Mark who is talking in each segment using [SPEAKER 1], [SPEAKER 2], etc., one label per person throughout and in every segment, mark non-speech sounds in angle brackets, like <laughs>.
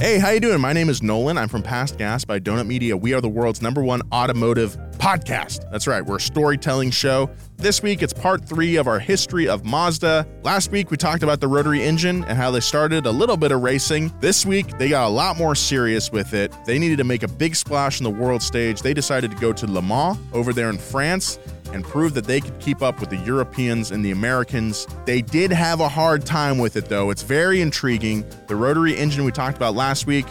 [SPEAKER 1] Hey, how you doing? My name is Nolan. I'm from Past Gas by Donut Media. We are the world's number one automotive podcast. That's right, we're a storytelling show. This week it's part three of our history of Mazda. Last week we talked about the rotary engine and how they started a little bit of racing. This week they got a lot more serious with it. They needed to make a big splash on the world stage. They decided to go to Le Mans over there in France and prove that they could keep up with the Europeans and the Americans. They did have a hard time with it though. It's very intriguing. The rotary engine we talked about last week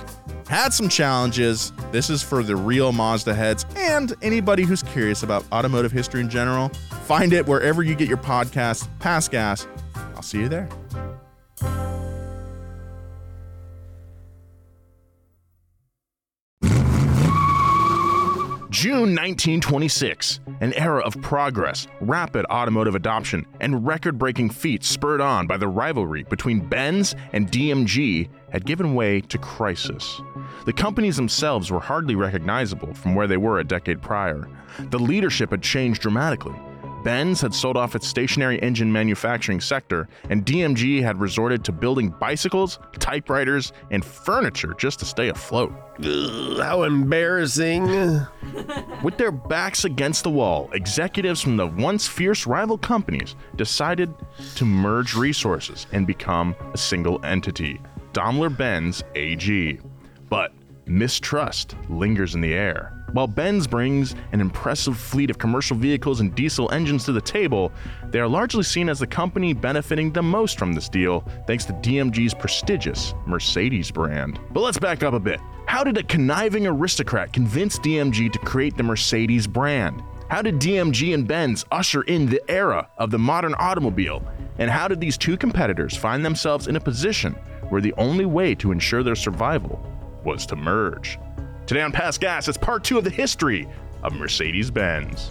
[SPEAKER 1] had some challenges. This is for the real Mazda heads and anybody who's curious about automotive history in general. Find it wherever you get your podcast, Pass Gas. I'll see you there. June 1926, an era of progress, rapid automotive adoption, and record breaking feats spurred on by the rivalry between Benz and DMG had given way to crisis. The companies themselves were hardly recognizable from where they were a decade prior. The leadership had changed dramatically. Benz had sold off its stationary engine manufacturing sector, and DMG had resorted to building bicycles, typewriters, and furniture just to stay afloat.
[SPEAKER 2] Ugh, How embarrassing.
[SPEAKER 1] With their backs against the wall, executives from the once fierce rival companies decided to merge resources and become a single entity Daimler Benz AG. But mistrust lingers in the air. While Benz brings an impressive fleet of commercial vehicles and diesel engines to the table, they are largely seen as the company benefiting the most from this deal, thanks to DMG's prestigious Mercedes brand. But let's back up a bit. How did a conniving aristocrat convince DMG to create the Mercedes brand? How did DMG and Benz usher in the era of the modern automobile? And how did these two competitors find themselves in a position where the only way to ensure their survival was to merge? Today on Past Gas, it's part two of the history of Mercedes Benz.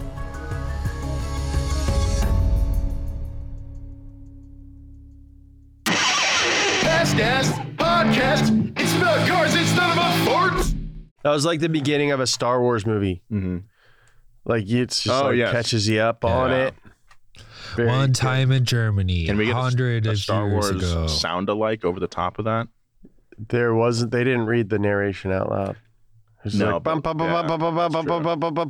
[SPEAKER 2] Past Gas Podcast. It's about cars, it's not about farts. That was like the beginning of a Star Wars movie.
[SPEAKER 1] Mhm.
[SPEAKER 2] Like it's just
[SPEAKER 1] Oh,
[SPEAKER 2] like
[SPEAKER 1] yes.
[SPEAKER 2] catches you up on
[SPEAKER 1] Yeah.
[SPEAKER 2] it. Very
[SPEAKER 3] One
[SPEAKER 2] good.
[SPEAKER 3] time in Germany,
[SPEAKER 1] Can we
[SPEAKER 3] a
[SPEAKER 1] get
[SPEAKER 3] hundred
[SPEAKER 1] a, a
[SPEAKER 3] of
[SPEAKER 1] Star
[SPEAKER 3] years
[SPEAKER 1] Wars
[SPEAKER 3] ago.
[SPEAKER 1] sound alike over the top of that?
[SPEAKER 2] there wasn't they didn't read the narration out loud. It's
[SPEAKER 1] No,
[SPEAKER 2] like
[SPEAKER 1] but-
[SPEAKER 2] bum, bum, bum,
[SPEAKER 1] yeah,
[SPEAKER 2] bum, bum, bum,
[SPEAKER 1] that's
[SPEAKER 2] bum, bum, bum, bum, bum, bum,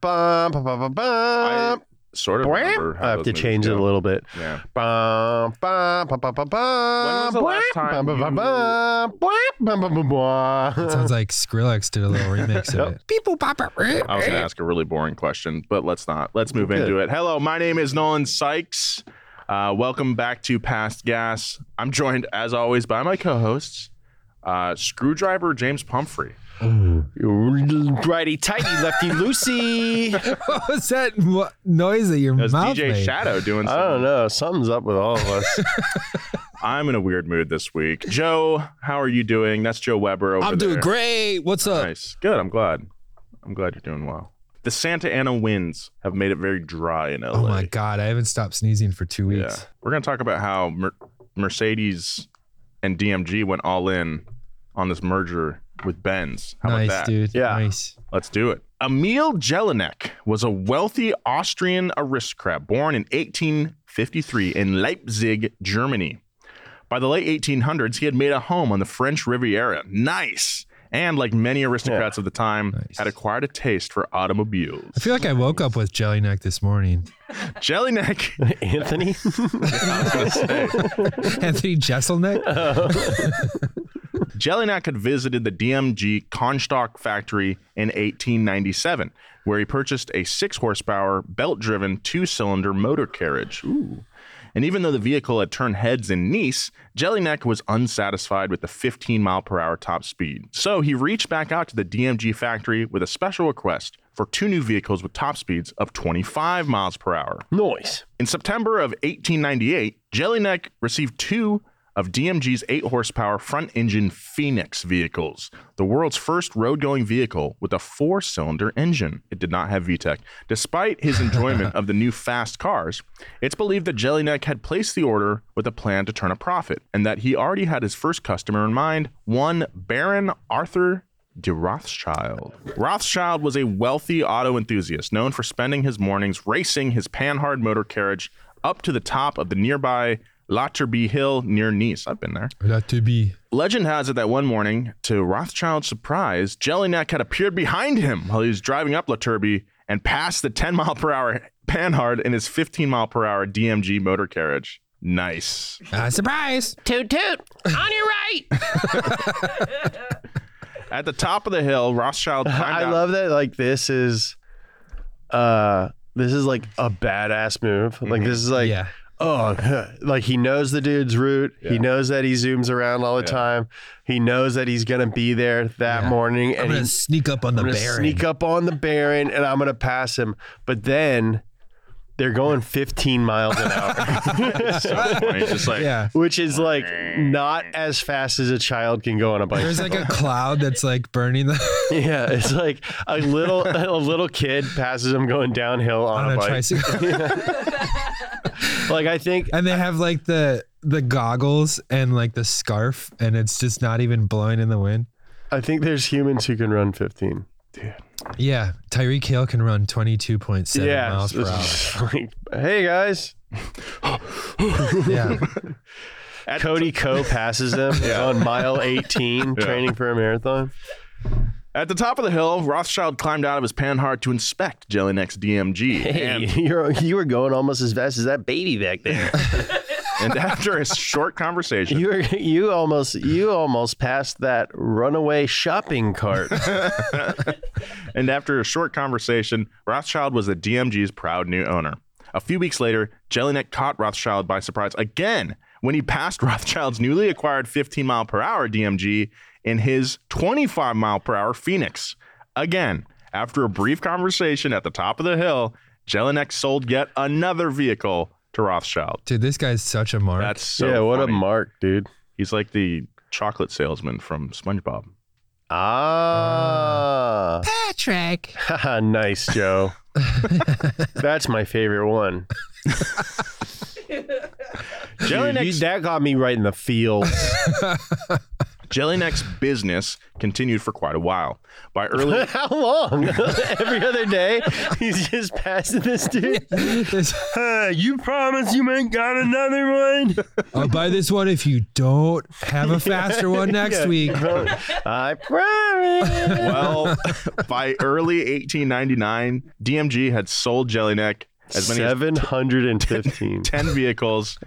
[SPEAKER 2] bum, bum, bum,
[SPEAKER 1] I
[SPEAKER 2] bum.
[SPEAKER 1] sort of remember
[SPEAKER 2] Bwamp.
[SPEAKER 1] how
[SPEAKER 2] I have
[SPEAKER 1] those
[SPEAKER 2] to
[SPEAKER 1] movies
[SPEAKER 2] change it a
[SPEAKER 1] go.
[SPEAKER 2] little bit.
[SPEAKER 1] Yeah.
[SPEAKER 2] Bum, bum, bum, bum, bum,
[SPEAKER 1] was the
[SPEAKER 2] bum,
[SPEAKER 1] last
[SPEAKER 2] bum,
[SPEAKER 1] time
[SPEAKER 2] bum,
[SPEAKER 1] you-
[SPEAKER 2] bum, bum, bum, bum, bum, bum. <laughs>
[SPEAKER 3] It sounds like Skrillex did a little remix of it. People pop up. <laughs>
[SPEAKER 1] I was going to ask a really boring question, but let's not. Let's move into it. Hello, my name is Nolan Sykes. Uh, welcome back to Past Gas. I'm joined, as always, by my co hosts, uh, Screwdriver James Pumphrey.
[SPEAKER 2] Righty tighty, lefty loosey.
[SPEAKER 3] What was that mo- noise that your
[SPEAKER 1] That's
[SPEAKER 3] mouth
[SPEAKER 1] DJ
[SPEAKER 3] made?
[SPEAKER 1] Shadow doing
[SPEAKER 2] I
[SPEAKER 1] some.
[SPEAKER 2] don't know. Something's up with all of us.
[SPEAKER 1] I'm in a weird mood this week. Joe, how are you doing? That's Joe Weber over
[SPEAKER 3] I'm
[SPEAKER 1] there.
[SPEAKER 3] doing great. What's up?
[SPEAKER 1] Nice. Good. I'm glad. I'm glad you're doing well. The Santa Ana winds have made it very dry in LA.
[SPEAKER 3] Oh my god, I haven't stopped sneezing for two
[SPEAKER 1] Yeah.
[SPEAKER 3] weeks.
[SPEAKER 1] We're going to talk about how Mer- Mercedes and DMG went all in on this merger with Benz. How
[SPEAKER 3] nice,
[SPEAKER 1] about that?
[SPEAKER 3] dude.
[SPEAKER 2] Yeah.
[SPEAKER 3] Nice.
[SPEAKER 1] Let's do it. Emil Jelinek was a wealthy Austrian aristocrat born in 1853 in Leipzig, Germany. By the late 1800s, he had made a home on the French Riviera. Nice. And like many aristocrats of the time,
[SPEAKER 3] Nice.
[SPEAKER 1] had acquired a taste for automobiles.
[SPEAKER 3] I feel like I woke up with jelly neck
[SPEAKER 2] <laughs>
[SPEAKER 3] this morning.
[SPEAKER 1] Jelinek
[SPEAKER 2] <laughs> Anthony?
[SPEAKER 3] Anthony Jesselneck?
[SPEAKER 2] <laughs>
[SPEAKER 1] Jelinek had visited the DMG Konstock factory in 1897, where he purchased a six horsepower, belt driven, two cylinder motor carriage. Ooh. And even though the vehicle had turned heads in Nice, Jelinek was unsatisfied with the 15 mile per hour top speed. So he reached back out to the DMG factory with a special request for two new vehicles with top speeds of 25 miles per hour.
[SPEAKER 2] <laughs> Noise.
[SPEAKER 1] In September of 1898, Jellyneck received two of DMG's 8 horsepower front engine Phoenix vehicles, the world's first road going vehicle with a four cylinder engine. It did not have VTEC. Despite his enjoyment of the new fast cars, it's believed that Jellyneck had placed the order with a plan to turn a profit and that he already had his first customer in mind one Baron Arthur de Rothschild. Rothschild was a wealthy auto enthusiast known for spending his mornings racing his Panhard motor carriage up to the top of the nearby Lotterby Hill near Nice. I've been there.
[SPEAKER 3] That to be.
[SPEAKER 1] Legend has it that one morning, to Rothschild's surprise, Jellyneck had appeared behind him while he was driving up Laturby and passed the 10 mile per hour Panhard in his 15 mile per hour DMG motor carriage. Nice.
[SPEAKER 3] Uh, surprise!
[SPEAKER 4] Toot toot. On your right.
[SPEAKER 1] At the top of the hill, Rothschild climbed
[SPEAKER 2] <laughs> I
[SPEAKER 1] out-
[SPEAKER 2] love that. Like this is, uh, this is like a badass move. Like this is like,
[SPEAKER 3] yeah.
[SPEAKER 2] oh, <laughs> huh. like he knows the dude's route. He knows that he zooms around all the time. He knows that he's gonna be there that morning,
[SPEAKER 3] I'm
[SPEAKER 2] and
[SPEAKER 3] gonna
[SPEAKER 2] he's
[SPEAKER 3] sneak up on the
[SPEAKER 2] I'm gonna
[SPEAKER 3] Baron.
[SPEAKER 2] sneak up on the Baron and I'm gonna pass him. But then they're going 15 miles an <laughs> hour,
[SPEAKER 1] It's
[SPEAKER 2] <laughs>
[SPEAKER 1] just like,
[SPEAKER 3] Yeah.
[SPEAKER 2] which is like not as fast as a child can go on a bike. <laughs>
[SPEAKER 3] There's like a cloud that's like burning the
[SPEAKER 2] yeah, it's like a little <laughs> a little kid passes him going downhill <laughs> on,
[SPEAKER 3] on
[SPEAKER 2] a
[SPEAKER 3] a
[SPEAKER 2] bike. <laughs>
[SPEAKER 3] tricycle,
[SPEAKER 2] Like I think
[SPEAKER 3] and they have like the the goggles and like the scarf, and it's just not even blowing in the wind.
[SPEAKER 2] I think there's humans who can run 15.
[SPEAKER 3] Yeah, Tyreek Hill can run 22.7 miles per
[SPEAKER 2] <laughs>
[SPEAKER 3] hour.
[SPEAKER 2] it's like, hey guys,
[SPEAKER 3] Yeah,
[SPEAKER 1] At-
[SPEAKER 2] Cody Co passes <laughs> them He's on mile 18, training for a marathon.
[SPEAKER 1] At the top of the hill, Rothschild climbed out of his panhard to inspect Jellyneck's DMG. And,
[SPEAKER 2] you're <laughs> you were going almost as fast as that baby back <laughs> there.
[SPEAKER 1] and after a short conversation,
[SPEAKER 2] You were, you almost you almost passed that runaway shopping <laughs> cart.
[SPEAKER 1] and after a short conversation, Rothschild was the DMG's proud new owner. A few weeks later, Jellyneck caught Rothschild by surprise again when he passed <laughs> Rothschild's newly acquired 15 mile per hour DMG in his 25 mile per hour Phoenix. Again, after a brief conversation at the top of the hill, Jellyneck sold yet another vehicle to Rothschild.
[SPEAKER 3] dude, this guy's such a mark.
[SPEAKER 1] That's so
[SPEAKER 2] yeah, what
[SPEAKER 1] funny.
[SPEAKER 2] a mark, dude.
[SPEAKER 1] He's like the chocolate salesman from SpongeBob.
[SPEAKER 2] Ah,
[SPEAKER 3] Patrick.
[SPEAKER 2] Haha, <laughs> nice, Joe. That's my favorite one. Dude, you-
[SPEAKER 1] Jellyneck's,
[SPEAKER 2] that got me right in the <laughs> field.
[SPEAKER 1] Jellyneck's business continued for quite a while. By early
[SPEAKER 2] <laughs> How long? Every other day, he's just passing this dude. <laughs>
[SPEAKER 3] <laughs> This-
[SPEAKER 2] Hey, you promise you ain't got another one?
[SPEAKER 3] <laughs> I'll Oh, buy this one if you don't
[SPEAKER 2] <laughs>
[SPEAKER 3] have a faster one next week.
[SPEAKER 2] I promise.
[SPEAKER 1] well, by early 1899, DMG had sold Jellyneck as many as
[SPEAKER 2] 715.
[SPEAKER 1] 10 vehicles,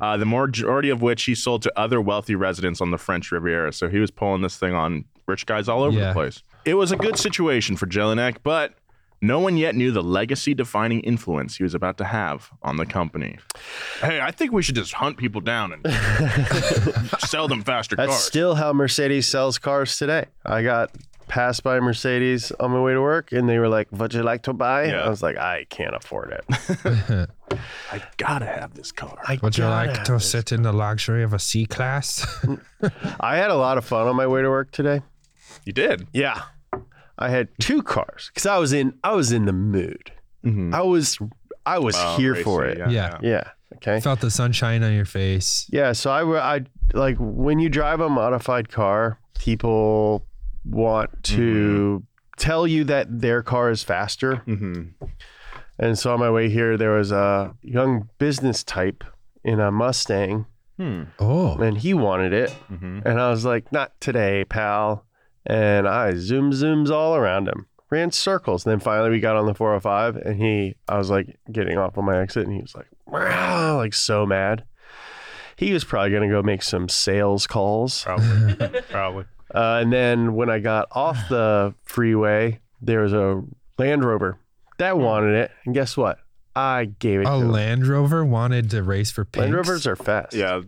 [SPEAKER 1] uh, the majority of which he sold to other wealthy residents on the French Riviera. So he was pulling this thing on rich guys all over the
[SPEAKER 3] Yeah.
[SPEAKER 1] place. It was a good situation for Jelinek, but no one yet knew the legacy defining influence he was about to have on the company. Hey, I think we should just hunt people down
[SPEAKER 2] <laughs>
[SPEAKER 1] and sell them faster
[SPEAKER 2] That's
[SPEAKER 1] cars.
[SPEAKER 2] still how Mercedes sells cars today. I got passed by Mercedes on my way to work, and they were like, "Would you like to buy?"
[SPEAKER 1] Yeah.
[SPEAKER 2] I was like, "I can't afford it."
[SPEAKER 1] I gotta have this car.
[SPEAKER 2] I
[SPEAKER 3] Would you
[SPEAKER 2] gotta
[SPEAKER 3] like to sit in the luxury of a C
[SPEAKER 2] <laughs>
[SPEAKER 3] class?
[SPEAKER 2] have- I had a lot of fun on my way to work today.
[SPEAKER 1] You did.
[SPEAKER 2] Yeah, I had two cars because I was in. I was in the mood. I was. I was
[SPEAKER 1] Oh,
[SPEAKER 2] Mm-hmm. here
[SPEAKER 1] racing,
[SPEAKER 2] for it.
[SPEAKER 1] Yeah.
[SPEAKER 3] Yeah.
[SPEAKER 2] Yeah. Okay.
[SPEAKER 3] Felt the sunshine on your face.
[SPEAKER 2] Yeah, so I, w- I- like when you drive a modified car, people want to tell you that their car is faster.
[SPEAKER 1] Mhm.
[SPEAKER 2] And so on my way here, there was a young business type in a Mustang, Hmm.
[SPEAKER 3] Oh,
[SPEAKER 2] and he wanted it.
[SPEAKER 1] Mm-hmm.
[SPEAKER 2] And I was like, "Not today, pal." And I zoom zooms all around him, ran circles. Then finally, we got on the 405, and he, I was like getting off on my exit, and he was like, "Wow!" Like so mad. He was probably gonna go make some sales calls. <laughs>
[SPEAKER 1] Probably. Probably.
[SPEAKER 2] Uh, and then when I got off
[SPEAKER 3] <sighs>
[SPEAKER 2] the freeway, there was a Land Rover that wanted it, and guess what? I gave it
[SPEAKER 3] Hmm. a
[SPEAKER 2] to him.
[SPEAKER 3] Land Rover wanted to race for pinks,
[SPEAKER 2] Land Rovers are fast.
[SPEAKER 1] Yeah.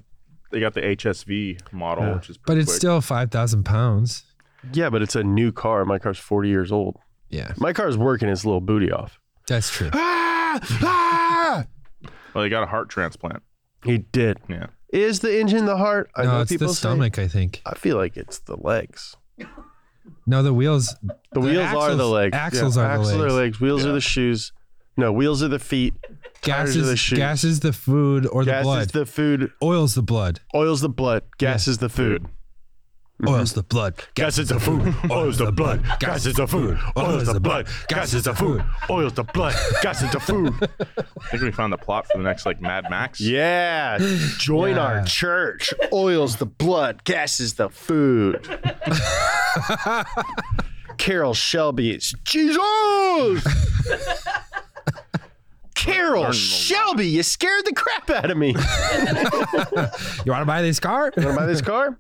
[SPEAKER 1] They got the HSV model, which is
[SPEAKER 3] but
[SPEAKER 1] pretty
[SPEAKER 3] it's
[SPEAKER 1] quick.
[SPEAKER 3] still five thousand pounds.
[SPEAKER 2] yeah, but it's a new car. My car's 40 years old.
[SPEAKER 3] Yeah,
[SPEAKER 2] My car's working its little booty off.
[SPEAKER 3] that's true.
[SPEAKER 1] Well, they got Oh, a heart transplant.
[SPEAKER 2] He did.
[SPEAKER 1] Yeah.
[SPEAKER 2] Is the engine the heart? I
[SPEAKER 3] no,
[SPEAKER 2] know
[SPEAKER 3] it's the
[SPEAKER 2] people say-
[SPEAKER 3] stomach, I think.
[SPEAKER 2] I feel like it's the legs.
[SPEAKER 3] No, the wheels.
[SPEAKER 2] The, wheels are the
[SPEAKER 3] axles-
[SPEAKER 2] legs.
[SPEAKER 3] Axles are
[SPEAKER 2] axles
[SPEAKER 3] the
[SPEAKER 2] are
[SPEAKER 3] legs.
[SPEAKER 2] legs. Wheels are the shoes. No, wheels are the feet.
[SPEAKER 3] Gas
[SPEAKER 2] tires are the
[SPEAKER 3] is,
[SPEAKER 2] shoes.
[SPEAKER 3] gas is the food or the
[SPEAKER 2] Gas
[SPEAKER 3] blood.
[SPEAKER 2] is the food.
[SPEAKER 3] Oil's the blood.
[SPEAKER 2] Oil's the blood. Gas is the food.
[SPEAKER 3] Oil's the blood.
[SPEAKER 1] Mm-hmm. Gas is the food. <laughs> Oil's the blood. Gas is the food. Oil's the blood. Gas is the food. Oil's the blood. Gas is the food. I think we found the plot for the next like Mad Max.
[SPEAKER 2] Yeah. Join our church. Oil's the blood. Gas is the food. Carol Shelby is Jesus. Carol Shelby, you scared the crap out of me.
[SPEAKER 3] You want to buy this
[SPEAKER 1] <laughs>
[SPEAKER 3] car?
[SPEAKER 2] Wanna <laughs> buy this car?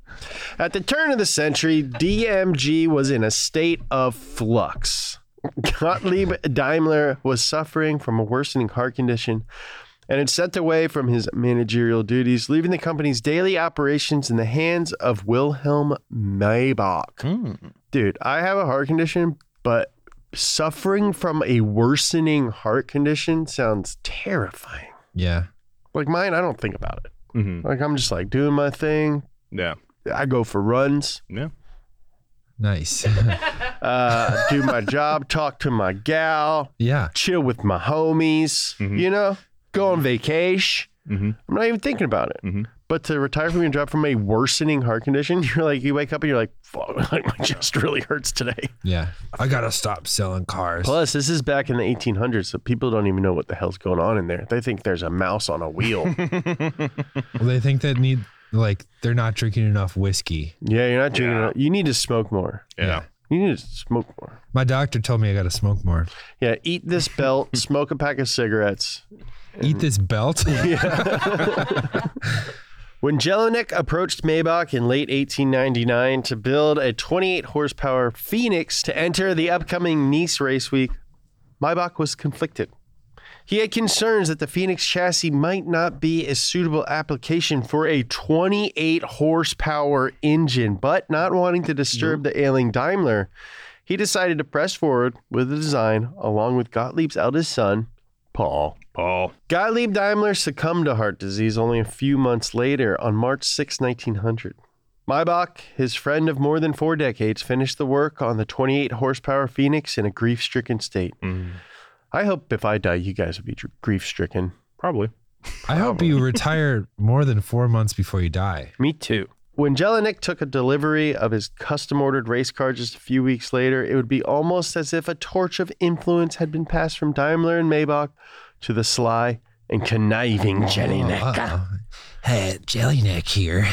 [SPEAKER 2] At the turn of the century, DMG was in a state of flux. Gottlieb Daimler was suffering from a worsening heart condition and had stepped away from his managerial duties, leaving the company's daily operations in the hands of Wilhelm Maybach. Dude, I have a heart condition, but suffering from a worsening heart condition sounds terrifying.
[SPEAKER 3] Yeah.
[SPEAKER 2] Like mine, I don't think about it.
[SPEAKER 1] Mhm.
[SPEAKER 2] Like I'm just like doing my thing,
[SPEAKER 1] Yeah.
[SPEAKER 2] I go for runs,
[SPEAKER 1] Yeah.
[SPEAKER 3] Nice. <laughs>
[SPEAKER 2] uh, do <laughs> my job, talk to my gal,
[SPEAKER 3] yeah.
[SPEAKER 2] chill with my homies, you know, go on vacation.
[SPEAKER 1] Mhm.
[SPEAKER 2] I'm not even thinking about it.
[SPEAKER 1] Mhm.
[SPEAKER 2] But to retire from your job from a worsening heart condition, <laughs> you're like, you wake up and you're like, fuck, <laughs> my chest really hurts today.
[SPEAKER 3] Yeah. I got to stop selling cars.
[SPEAKER 2] Plus, this is back in the 1800s, so people don't even know what the hell's going on in there. They think there's a mouse on a wheel.
[SPEAKER 3] Well, they think that need, like, they're not drinking enough whiskey.
[SPEAKER 2] <laughs> yeah, you're not drinking. enough. You need to smoke more.
[SPEAKER 1] Yeah.
[SPEAKER 2] You need to smoke more.
[SPEAKER 3] My doctor told me I got to smoke more.
[SPEAKER 2] Yeah, eat this <laughs> belt, smoke a pack of cigarettes,
[SPEAKER 3] Eat
[SPEAKER 1] Mm. <laughs>
[SPEAKER 3] this belt.
[SPEAKER 2] When Jelinek approached Maybach in late 1899 to build a 28 horsepower Phoenix to enter the upcoming Nice race week, Maybach was conflicted. He had concerns that the Phoenix chassis might not be a suitable application for a 28 horsepower engine, but not wanting to disturb the ailing Daimler, he decided to press forward with the design along with Gottlieb's eldest son, Paul.
[SPEAKER 1] Paul.
[SPEAKER 2] Gottlieb Daimler succumbed to heart disease only a few months later on March 6, 1900. Maybach, his friend of more than four decades, finished the work on the 28 horsepower Phoenix in a grief stricken state. I hope if I die, you guys will be grief stricken.
[SPEAKER 1] Probably.
[SPEAKER 3] I hope you retire more than four months before you die.
[SPEAKER 2] Me too. When Jelinek took a delivery of his custom ordered race car just a few weeks later, it would be almost as if a torch of influence had been passed from Daimler and Maybach to the sly and conniving Jelinek.
[SPEAKER 3] Uh-oh. Hey, Jellyneck here.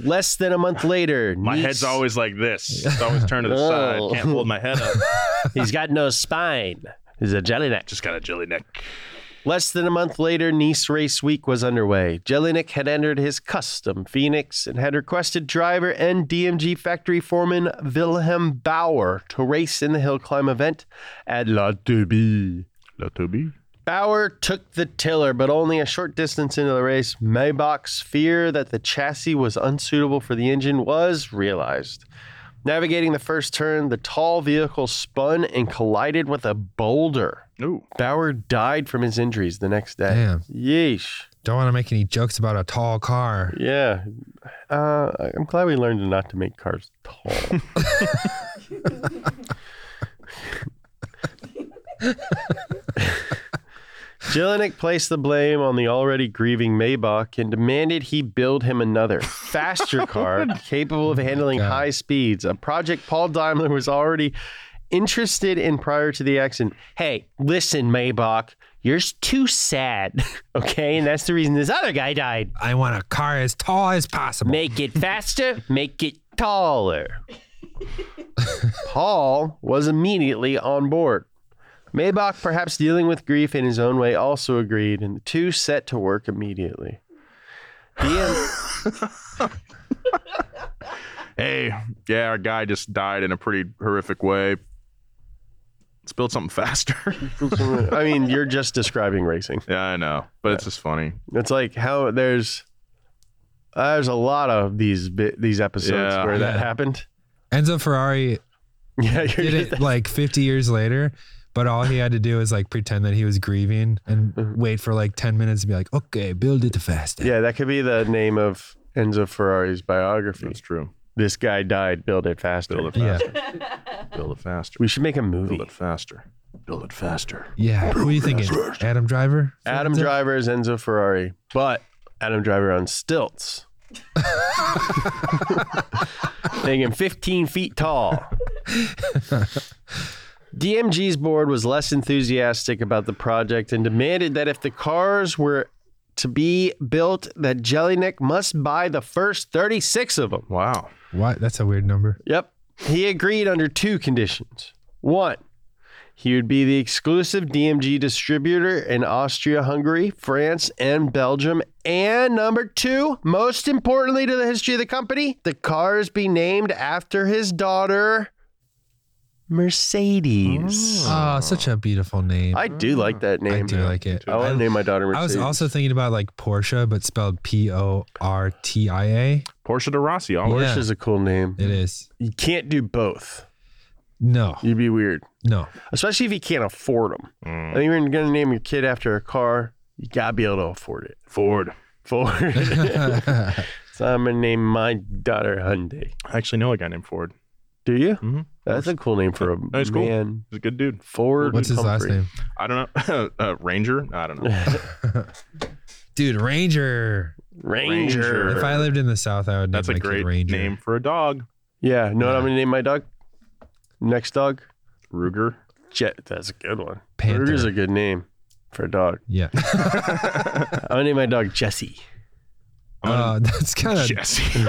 [SPEAKER 1] <laughs>
[SPEAKER 2] Less than a month later,
[SPEAKER 1] My
[SPEAKER 2] Nice-
[SPEAKER 1] head's always like this. It's always turned to the side.
[SPEAKER 2] Oh.
[SPEAKER 1] Can't hold my head up.
[SPEAKER 2] He's got no spine. He's a jelly neck.
[SPEAKER 1] Just got a jelly neck.
[SPEAKER 2] Less than a month later, Nice Race Week was underway. Jelinek had entered his custom Phoenix and had requested driver and DMG factory foreman Wilhelm Bauer to race in the hill climb event at La Derby.
[SPEAKER 1] Let it be.
[SPEAKER 2] Bauer took the tiller, but only a short distance into the race, Maybach's fear that the chassis was unsuitable for the engine was realized. Navigating the first turn, the tall vehicle spun and collided with a boulder.
[SPEAKER 1] Ooh.
[SPEAKER 2] Bauer died from his injuries the next day.
[SPEAKER 3] <laughs> Damn.
[SPEAKER 2] Yeesh.
[SPEAKER 3] Don't want to make any jokes about a tall car.
[SPEAKER 2] Yeah. Uh, I'm glad we learned not to make cars tall. Jelinek placed the blame on the already grieving Maybach and demanded he build him another, faster car capable of handling
[SPEAKER 3] God.
[SPEAKER 2] high speeds, a project Paul Daimler was already interested in prior to the accident. Hey, listen, Maybach, you're too sad, <laughs> okay? And that's the reason this other guy died.
[SPEAKER 3] I want a car as tall as possible.
[SPEAKER 2] Make it faster, make it taller. <laughs> Paul was immediately on board. Maybach, perhaps dealing with grief in his own way, also agreed, and the two set to work immediately. DM-
[SPEAKER 1] Hey, yeah, our guy just died in a pretty horrific way. Let's build something faster. <laughs>
[SPEAKER 2] I mean, you're just describing racing.
[SPEAKER 1] yeah, I know, but it's just funny.
[SPEAKER 2] It's like how there's there's a lot of these bi- these episodes
[SPEAKER 1] Yeah.
[SPEAKER 2] where that
[SPEAKER 3] Yeah.
[SPEAKER 2] happened. <laughs>
[SPEAKER 3] Enzo Ferrari
[SPEAKER 2] Yeah, you're
[SPEAKER 3] did
[SPEAKER 2] just,
[SPEAKER 3] it like 50 years later, But all he had to do is like pretend that he was grieving
[SPEAKER 2] <laughs>
[SPEAKER 3] and wait for like 10 minutes to be like, okay, build it faster.
[SPEAKER 2] Yeah, that could be the name of Enzo Ferrari's biography.
[SPEAKER 1] That's true.
[SPEAKER 2] This guy died. Build it faster.
[SPEAKER 1] Build it
[SPEAKER 3] Yeah.
[SPEAKER 1] faster. Build it faster.
[SPEAKER 2] We should make a movie.
[SPEAKER 1] build it faster. Build it faster.
[SPEAKER 3] Yeah. What are you thinking? Adam Driver?
[SPEAKER 2] Adam Driver is Enzo Ferrari, but Adam Driver on stilts. Making him 15 feet tall. DMG's board was less enthusiastic about the project and demanded that if the cars were to be built, that Jellyneck must buy the first 36 of them.
[SPEAKER 1] Wow.
[SPEAKER 3] What? That's a weird number.
[SPEAKER 2] Yep. He agreed under two conditions. One, he would be the exclusive DMG distributor in Austria, Hungary, France, and Belgium. And number two, most importantly to the history of the company, the cars be named after his daughter, Mercedes.
[SPEAKER 3] Oh, such a beautiful name. I,
[SPEAKER 2] I do like that name.
[SPEAKER 3] do like it.
[SPEAKER 2] I want to
[SPEAKER 3] I,
[SPEAKER 2] name my daughter
[SPEAKER 3] I
[SPEAKER 2] Mercedes.
[SPEAKER 3] was also thinking about like Porsche, but spelled P O R T I A.
[SPEAKER 1] Porsche de Rossi. All
[SPEAKER 3] Yeah.
[SPEAKER 2] Porsche is a cool name.
[SPEAKER 3] It is.
[SPEAKER 2] You can't do both.
[SPEAKER 3] No,
[SPEAKER 2] You'd be weird.
[SPEAKER 3] no. <laughs>
[SPEAKER 2] especially if you can't afford them.
[SPEAKER 1] Mm.
[SPEAKER 2] I think you're going to name your kid after a car. You gotta be able to afford it.
[SPEAKER 1] Ford.
[SPEAKER 2] Ford.
[SPEAKER 3] <laughs> That's
[SPEAKER 2] so I'm gonna name my daughter Hyundai.
[SPEAKER 1] I actually know a guy named Ford.
[SPEAKER 2] Do you?
[SPEAKER 3] Mm-hmm.
[SPEAKER 1] Mhm.
[SPEAKER 2] That's a cool name for a
[SPEAKER 1] That's cool.
[SPEAKER 2] man.
[SPEAKER 1] He's a good dude.
[SPEAKER 2] Ford.
[SPEAKER 3] What's his last
[SPEAKER 2] Humphrey.
[SPEAKER 3] name?
[SPEAKER 1] I don't know. <laughs> uh, Ranger. I don't know.
[SPEAKER 3] Dude, Ranger.
[SPEAKER 2] <laughs> Ranger.
[SPEAKER 1] Ranger.
[SPEAKER 3] If I lived in the South, I would name
[SPEAKER 1] That's a
[SPEAKER 3] my kid
[SPEAKER 1] great
[SPEAKER 3] Ranger.
[SPEAKER 1] name for a dog.
[SPEAKER 2] Yeah. Know what I'm gonna name my dog? Next dog.
[SPEAKER 1] Ruger.
[SPEAKER 2] Jet. That's a good one.
[SPEAKER 3] Panther.
[SPEAKER 2] Ruger's a good name for a
[SPEAKER 3] <laughs>
[SPEAKER 2] dog.
[SPEAKER 3] Yeah.
[SPEAKER 1] <laughs>
[SPEAKER 2] I'm gonna name my dog Jesse.
[SPEAKER 1] <laughs>
[SPEAKER 3] Uh, that's kind of.
[SPEAKER 1] Jesse.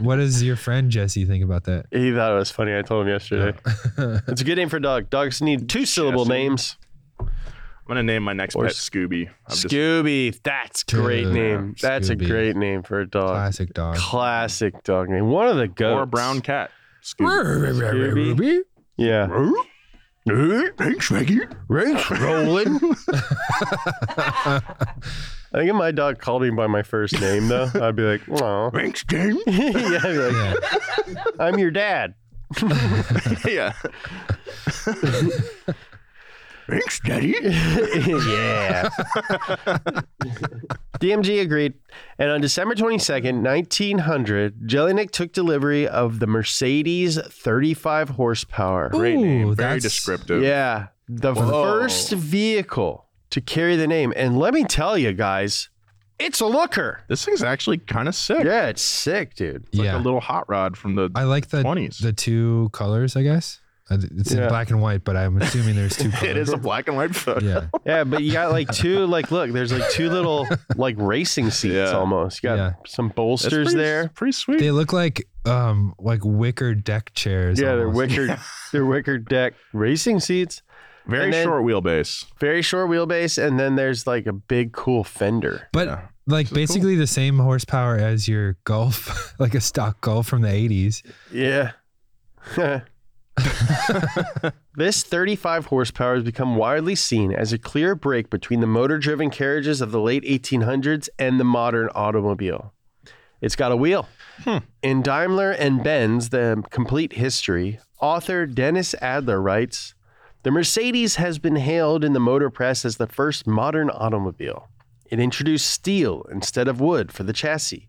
[SPEAKER 3] What does your friend Jesse think about that?
[SPEAKER 2] He thought it was funny. I told him yesterday.
[SPEAKER 3] <laughs>
[SPEAKER 2] it's a good name for a dog. Dogs need two syllable
[SPEAKER 1] Jesse.
[SPEAKER 2] names.
[SPEAKER 1] I'm gonna name my next
[SPEAKER 2] Or
[SPEAKER 1] pet
[SPEAKER 2] Sc-
[SPEAKER 1] Scooby. I'm just
[SPEAKER 2] Scooby. That's great
[SPEAKER 3] Dude,
[SPEAKER 2] name. That's a
[SPEAKER 3] Scooby.
[SPEAKER 2] great name for a
[SPEAKER 1] Uh,
[SPEAKER 2] dog.
[SPEAKER 3] Classic dog.
[SPEAKER 2] Classic dog name. One of the goats.
[SPEAKER 1] or a brown cat. Scooby.
[SPEAKER 2] Scooby. Yeah.
[SPEAKER 1] Thanks, Maggie.
[SPEAKER 2] Right.
[SPEAKER 3] <laughs>
[SPEAKER 2] Rolling. I think if my dog called me by my first name, though, I'd be like, "Aw." <laughs>
[SPEAKER 1] Thanks, Jane.
[SPEAKER 2] yeah, I'd be like,
[SPEAKER 3] Yeah.
[SPEAKER 2] I'm your dad.
[SPEAKER 1] <laughs>
[SPEAKER 2] <laughs>
[SPEAKER 1] yeah. <laughs> Thanks, Daddy.
[SPEAKER 3] <laughs>
[SPEAKER 2] yeah. DMG agreed. And on December 22nd, 1900, Jelinek took delivery of the Mercedes 35 horsepower.
[SPEAKER 1] Great name.
[SPEAKER 3] Ooh,
[SPEAKER 1] Very
[SPEAKER 3] that's-
[SPEAKER 1] descriptive.
[SPEAKER 2] Yeah, the first vehicle to carry the name. And let me tell you guys, it's a looker.
[SPEAKER 1] This thing's actually kind of sick.
[SPEAKER 2] Yeah, it's sick, dude.
[SPEAKER 1] It's
[SPEAKER 3] yeah.
[SPEAKER 1] Like a little hot rod from the.
[SPEAKER 3] I like the
[SPEAKER 1] 20s.
[SPEAKER 3] the two colors, I guess. Uh, It's
[SPEAKER 2] Yeah.
[SPEAKER 3] in black and white, but I'm assuming there's two colors.
[SPEAKER 1] <laughs> <laughs> it is a black and white photo. <laughs>
[SPEAKER 3] Yeah.
[SPEAKER 2] Yeah, but you got like two, like, look, there's like two little, like, racing seats
[SPEAKER 1] Yeah.
[SPEAKER 2] almost. You got
[SPEAKER 3] Yeah.
[SPEAKER 2] some
[SPEAKER 1] That's
[SPEAKER 2] bolsters
[SPEAKER 1] pretty,
[SPEAKER 2] there.
[SPEAKER 1] Pretty sweet.
[SPEAKER 3] They look like um like wicker deck chairs.
[SPEAKER 2] Yeah, they're
[SPEAKER 3] almost.
[SPEAKER 2] wicker, they're wicker deck racing seats.
[SPEAKER 1] Very
[SPEAKER 2] and then-
[SPEAKER 1] short wheelbase.
[SPEAKER 2] Very short wheelbase, and then there's like a big cool fender.
[SPEAKER 3] But like basically the same horsepower as your Golf, <laughs> like a stock Golf from the 80s.
[SPEAKER 2] Yeah. <laughs> this 35 horsepower has become widely seen as a clear break between the motor driven carriages of the late 1800s and the modern automobile. It's got a wheel.
[SPEAKER 3] Hmm.
[SPEAKER 2] In Daimler and Benz, the complete history, author Dennis Adler writes The Mercedes has been hailed in the motor press as the first modern automobile. It introduced steel instead of wood for the chassis,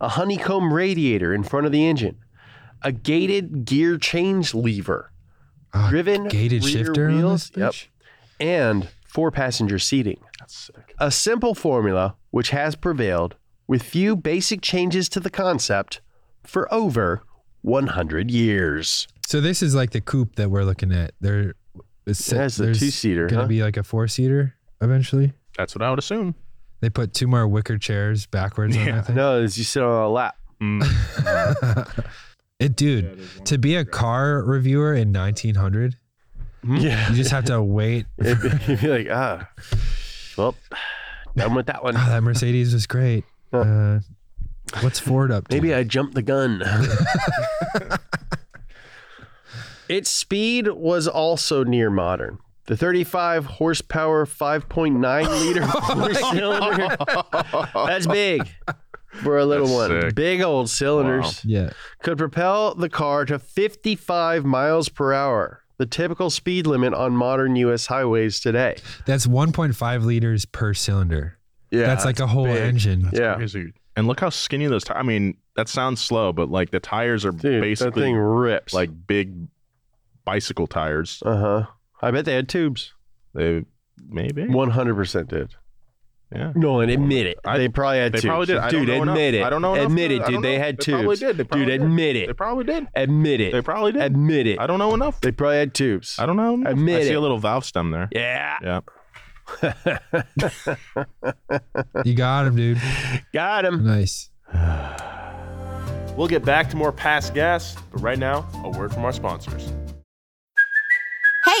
[SPEAKER 2] a honeycomb radiator in front of the engine, a gated gear change lever,
[SPEAKER 3] Ah,
[SPEAKER 2] driven
[SPEAKER 3] gated
[SPEAKER 2] rear
[SPEAKER 3] shifter on
[SPEAKER 2] wheels,
[SPEAKER 3] this bitch?
[SPEAKER 2] yep, and four passenger seating.
[SPEAKER 1] That's sick.
[SPEAKER 2] A simple formula which has prevailed with few basic changes to the concept for over 100 years.
[SPEAKER 3] So this is like the coupe that we're looking at. There it's set-
[SPEAKER 2] That's the
[SPEAKER 3] there's
[SPEAKER 2] two-seater,
[SPEAKER 3] Gonna
[SPEAKER 2] huh?
[SPEAKER 3] be like a four seater eventually.
[SPEAKER 1] That's what I would assume.
[SPEAKER 3] They put two more wicker chairs backwards on that thing.
[SPEAKER 2] No, as you sit on a lap.
[SPEAKER 1] Mm,
[SPEAKER 3] It dude, to be a car reviewer in 1900,
[SPEAKER 2] Yeah. <laughs>
[SPEAKER 3] you just have to wait.
[SPEAKER 2] You'd be like, ah, well, done with that one.
[SPEAKER 3] Oh, that Mercedes was great. Uh, what's Ford up to?
[SPEAKER 2] Maybe I jumped the gun. <laughs> its speed was also near modern. The 35 horsepower, <laughs> 5.9 liter four cylinder. That's big for a little
[SPEAKER 1] That's
[SPEAKER 2] one.
[SPEAKER 1] sick.
[SPEAKER 2] Big old cylinders
[SPEAKER 3] yeah.
[SPEAKER 2] could propel the car to 55 miles per hour. the typical speed limit on modern U.S. highways today.
[SPEAKER 3] That's 1.5 liters per cylinder.
[SPEAKER 2] Yeah,
[SPEAKER 3] That's like a whole
[SPEAKER 2] big.
[SPEAKER 3] engine.
[SPEAKER 2] yeah,
[SPEAKER 1] Crazy. And look how skinny those tires. I mean, that sounds slow, but like the tires are
[SPEAKER 2] dude, that
[SPEAKER 1] basically
[SPEAKER 2] thing rips.
[SPEAKER 1] like big bicycle tires.
[SPEAKER 2] uh huh. I bet they had tubes.
[SPEAKER 1] They maybe.
[SPEAKER 2] One hundred percent did.
[SPEAKER 1] Yeah.
[SPEAKER 2] Nolan, admit it.
[SPEAKER 1] I-
[SPEAKER 2] they probably had
[SPEAKER 1] They
[SPEAKER 2] tubes.
[SPEAKER 1] probably did. I don't
[SPEAKER 2] dude,
[SPEAKER 1] know enough-
[SPEAKER 2] admit it.
[SPEAKER 1] I don't know. enough
[SPEAKER 2] Admit
[SPEAKER 1] to-
[SPEAKER 2] it,
[SPEAKER 1] I
[SPEAKER 2] dude.
[SPEAKER 1] don't know.
[SPEAKER 2] They had
[SPEAKER 1] They probably
[SPEAKER 2] tubes.
[SPEAKER 1] did. They probably
[SPEAKER 2] dude,
[SPEAKER 1] did.
[SPEAKER 2] admit
[SPEAKER 1] They
[SPEAKER 2] it.
[SPEAKER 1] probably did.
[SPEAKER 2] Admit it.
[SPEAKER 1] They probably did.
[SPEAKER 2] Admit it.
[SPEAKER 1] I don't know enough.
[SPEAKER 2] They probably had tubes.
[SPEAKER 1] I don't know. enough.
[SPEAKER 2] Admit
[SPEAKER 1] I see
[SPEAKER 2] it.
[SPEAKER 1] a little valve stem there.
[SPEAKER 2] Yeah.
[SPEAKER 1] Yeah.
[SPEAKER 3] You got him, dude.
[SPEAKER 2] Got him.
[SPEAKER 3] Nice.
[SPEAKER 1] We'll get back to more past gas, but right now, a word from our sponsors.
[SPEAKER 5] Hey,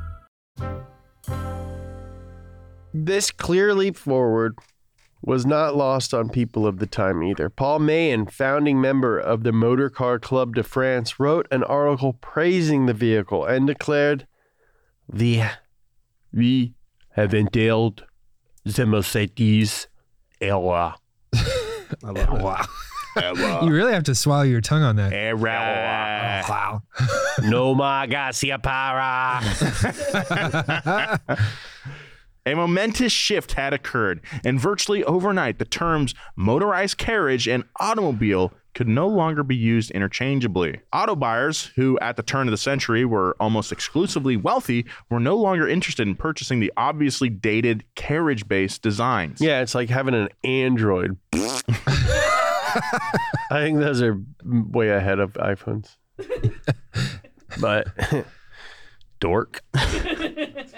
[SPEAKER 2] This clear leap forward was not lost on people of the time either. Paul Mayen, founding member of the Motor Car Club de France, wrote an article praising the vehicle and declared, "The we have entailed the Mercedes era."
[SPEAKER 3] Wow. You really have to swallow your tongue on that.
[SPEAKER 2] Era.
[SPEAKER 3] Wow.
[SPEAKER 2] no más gracias para.
[SPEAKER 1] A momentous shift had occurred, and virtually overnight, the terms motorized carriage and automobile could no longer be used interchangeably. Auto buyers, who at the turn of the century were almost exclusively wealthy, were no longer interested in purchasing the obviously dated carriage based designs.
[SPEAKER 2] <laughs> Yeah, it's like having an Android. I think those are way ahead of iPhones. but <laughs> dork.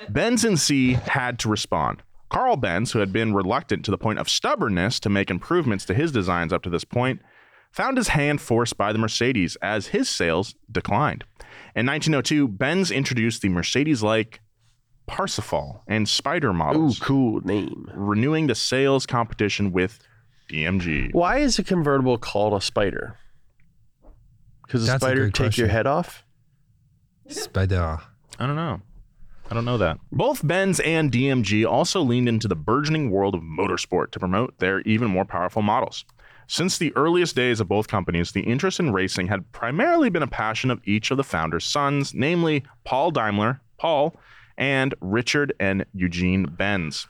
[SPEAKER 1] Benz and C had to respond. Carl Benz, who had been reluctant to the point of stubbornness to make improvements to his designs up to this point, found his hand forced by the Mercedes as his sales declined. In 1902, Benz introduced the Mercedes like Parsifal and Spider
[SPEAKER 2] Ooh,
[SPEAKER 1] models,
[SPEAKER 2] cool name.
[SPEAKER 1] renewing the sales competition with DMG.
[SPEAKER 2] Why is a convertible called a spider? Because a
[SPEAKER 3] That's a
[SPEAKER 2] spider
[SPEAKER 3] good
[SPEAKER 2] take your
[SPEAKER 3] question.
[SPEAKER 2] head off?
[SPEAKER 3] Spider.
[SPEAKER 1] I don't know. I don't know that. Both Benz and DMG also leaned into the burgeoning world of motorsport to promote their even more powerful models. Since the earliest days of both companies, the interest in racing had primarily been a passion of each of the founders' sons, namely Paul Daimler, Paul, and Richard and Eugene Benz.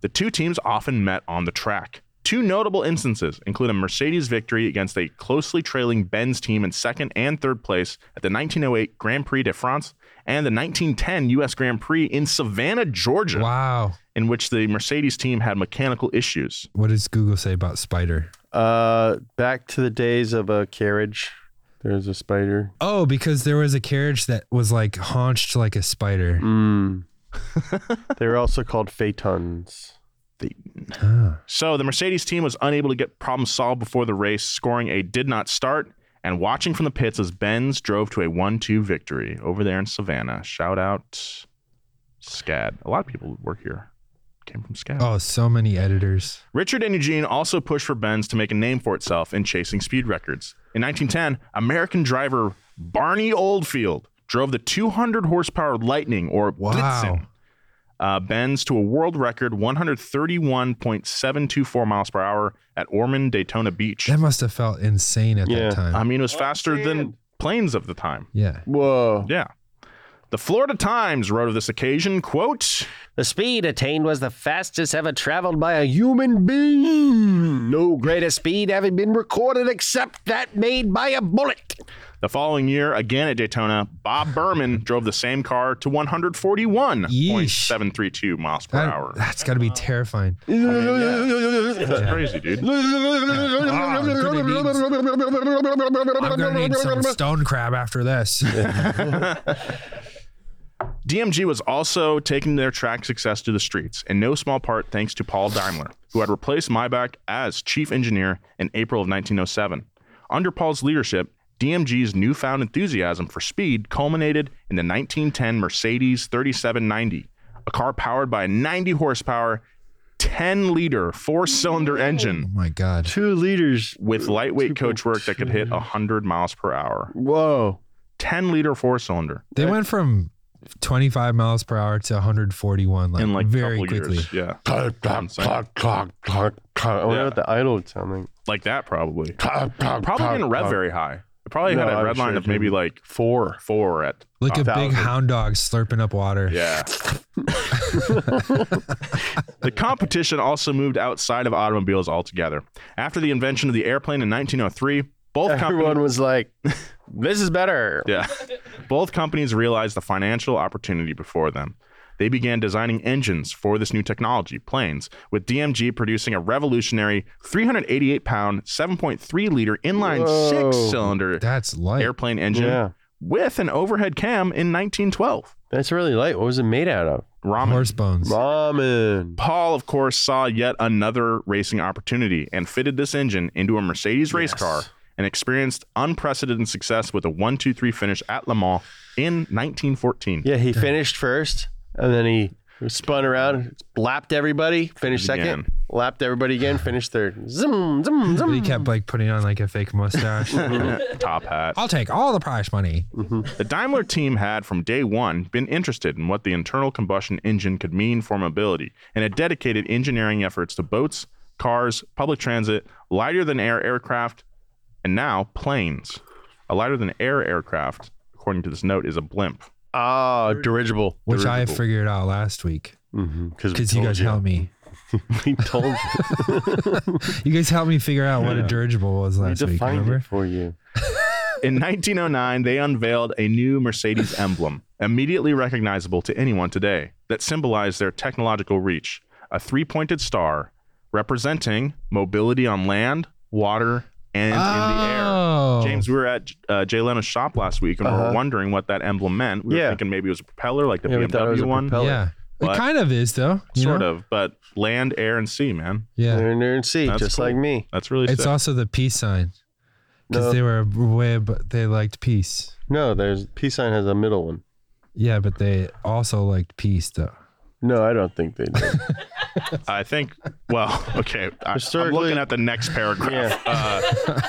[SPEAKER 1] The two teams often met on the track. Two notable instances include a Mercedes victory against a closely trailing Benz team in second and third place at the 1908 Grand Prix de France and the 1910 U.S. Grand Prix in Savannah, Georgia,
[SPEAKER 3] Wow.
[SPEAKER 1] in which the Mercedes team had mechanical issues.
[SPEAKER 3] What does Google say about spider?
[SPEAKER 2] Uh, back to the days of a carriage. There's a spider.
[SPEAKER 3] Oh, because there was a carriage that was like haunched like a spider. <laughs>
[SPEAKER 2] Mm. they were also called phaetons.
[SPEAKER 3] Ah.
[SPEAKER 1] So the Mercedes team was unable to get problems solved before the race, scoring a did not start and watching from the pits as Benz drove to a 1 2 victory over there in Savannah. Shout out SCAD. A lot of people work here. Came from SCAD.
[SPEAKER 3] Oh, so many editors.
[SPEAKER 1] Richard and Eugene also pushed for Benz to make a name for itself in chasing speed records. In 1910, American driver Barney Oldfield drove the 200 horsepower Lightning or Blitzen
[SPEAKER 3] Wow.
[SPEAKER 1] uh, Benz to a world record 131.724 miles per hour at Ormond, Daytona Beach.
[SPEAKER 3] That must have felt insane at
[SPEAKER 2] Yeah.
[SPEAKER 3] that time.
[SPEAKER 1] I mean, it was faster than planes of the time.
[SPEAKER 3] yeah.
[SPEAKER 2] Whoa.
[SPEAKER 1] Yeah. The Florida Times wrote of this occasion, quote,
[SPEAKER 2] The speed attained was the fastest ever traveled by a human being. No greater speed having been recorded except that made by a bullet.
[SPEAKER 1] The following year, again at Daytona, Bob Berman drove the same car to 141.732 miles per
[SPEAKER 3] That, <laughs>
[SPEAKER 1] hour.
[SPEAKER 3] That's got to be terrifying.
[SPEAKER 1] <laughs> That's crazy, dude.
[SPEAKER 3] Ah, I'm gonna need- I'm going to need some stone crab after
[SPEAKER 1] <laughs>
[SPEAKER 3] this.
[SPEAKER 1] DMG was also taking their track success to the streets, in no small part thanks to Paul Daimler, who had replaced Maybach as chief engineer in April of 1907. Under oh Paul's leadership, DMG's newfound enthusiasm for speed culminated in the 1910 Mercedes 3790, a car powered by a 90 horsepower, 10 liter four cylinder
[SPEAKER 3] Oh
[SPEAKER 1] engine
[SPEAKER 3] my god.
[SPEAKER 2] Two liters.
[SPEAKER 1] with lightweight coachwork that could hit 100 miles per hour.
[SPEAKER 2] Whoa.
[SPEAKER 1] 10 liter four cylinder
[SPEAKER 3] They went from 25 miles per hour to 141 like,
[SPEAKER 1] in like a
[SPEAKER 3] very
[SPEAKER 1] couple
[SPEAKER 3] quickly.
[SPEAKER 1] years. Yeah.
[SPEAKER 2] Clunk, clunk, clunk, clunk, clunk, clunk. I wonder
[SPEAKER 1] Yeah.
[SPEAKER 2] what the idle would sound like.
[SPEAKER 1] Like that, probably.
[SPEAKER 2] Clunk, clunk,
[SPEAKER 1] Probably
[SPEAKER 2] clunk,
[SPEAKER 1] didn't rev
[SPEAKER 2] clunk.
[SPEAKER 1] very high. It probably
[SPEAKER 2] No,
[SPEAKER 1] had a
[SPEAKER 2] I'm
[SPEAKER 1] red
[SPEAKER 2] sure
[SPEAKER 1] line
[SPEAKER 2] it
[SPEAKER 1] of maybe
[SPEAKER 2] didn't.
[SPEAKER 1] like four. Four at.
[SPEAKER 3] Like a
[SPEAKER 2] Thousand.
[SPEAKER 3] big hound dog slurping up water.
[SPEAKER 1] Yeah. the competition also moved outside of automobiles altogether. After the invention of the airplane in 1903, both companies
[SPEAKER 2] Everyone was like, this is better.
[SPEAKER 1] yeah, both companies realized the financial opportunity before them. They began designing engines for this new technology, planes, with DMG producing a revolutionary 388 pound, 7.3 liter inline
[SPEAKER 2] Whoa.
[SPEAKER 1] six cylinder
[SPEAKER 3] That's light.
[SPEAKER 1] airplane engine
[SPEAKER 2] Yeah.
[SPEAKER 1] with an overhead cam in 1912.
[SPEAKER 2] That's really light. What was it made out of?
[SPEAKER 1] Ramen. <laughs>
[SPEAKER 3] Horse bones.
[SPEAKER 2] Ramen.
[SPEAKER 1] Paul, of course, saw yet another racing opportunity and fitted this engine into a Mercedes race car and experienced unprecedented success with a 1 2 3 finish at Le Mans in 1914.
[SPEAKER 2] Yeah, he finished first, and then he spun around, lapped everybody, finished
[SPEAKER 1] Again.
[SPEAKER 2] second, lapped everybody again, finished third. Zoom, zoom,
[SPEAKER 3] But
[SPEAKER 2] zoom.
[SPEAKER 3] he kept like putting on like a
[SPEAKER 1] <laughs>
[SPEAKER 3] fake mustache.
[SPEAKER 1] Top hat.
[SPEAKER 3] I'll take all the prize money.
[SPEAKER 1] The Daimler team had, from day one, been interested in what the internal combustion engine could mean for mobility and had dedicated engineering efforts to boats, cars, public transit, lighter than air aircraft, and now planes. A lighter than air aircraft, according to this note, is a blimp.
[SPEAKER 2] Ah, dirigible.
[SPEAKER 3] Which I figured out last week.
[SPEAKER 2] Because
[SPEAKER 3] Because you guys helped me.
[SPEAKER 2] We told
[SPEAKER 3] <laughs>
[SPEAKER 2] you. <laughs>
[SPEAKER 3] You guys helped me figure out what a dirigible was
[SPEAKER 2] We
[SPEAKER 3] last week,
[SPEAKER 2] defined
[SPEAKER 3] remember?
[SPEAKER 2] it for you.
[SPEAKER 1] In 1909, they unveiled a new Mercedes emblem, immediately recognizable to anyone today, that symbolized their technological reach a three pointed star representing mobility on land, water, and
[SPEAKER 3] Oh.
[SPEAKER 1] in the air. James, we were at uh, Jay Leno's shop last week and we were wondering what that emblem meant. We were
[SPEAKER 2] Uh-huh. Yeah.
[SPEAKER 1] thinking maybe it was a propeller, like the
[SPEAKER 2] Yeah, we thought it was
[SPEAKER 1] BMW
[SPEAKER 2] a
[SPEAKER 1] one.
[SPEAKER 2] propeller.
[SPEAKER 3] Yeah.
[SPEAKER 1] But-
[SPEAKER 3] it kind of is though. You
[SPEAKER 1] Sort
[SPEAKER 3] know?
[SPEAKER 1] of, but land, air, and sea, man.
[SPEAKER 3] Yeah.
[SPEAKER 2] They're in there and see,
[SPEAKER 1] That's
[SPEAKER 2] just
[SPEAKER 1] cool.
[SPEAKER 2] like me.
[SPEAKER 1] That's really
[SPEAKER 3] It's
[SPEAKER 1] sick.
[SPEAKER 3] also the peace sign. Because
[SPEAKER 2] No.
[SPEAKER 3] they were way but they liked peace.
[SPEAKER 2] No, there's peace sign has a middle one.
[SPEAKER 3] Yeah, but they also liked peace though.
[SPEAKER 2] No, I don't think they
[SPEAKER 3] <laughs>
[SPEAKER 2] do.
[SPEAKER 1] I think. Well, <laughs> okay. I, I'm
[SPEAKER 2] Historically-
[SPEAKER 1] looking at the next paragraph.
[SPEAKER 2] Yeah.
[SPEAKER 1] Uh,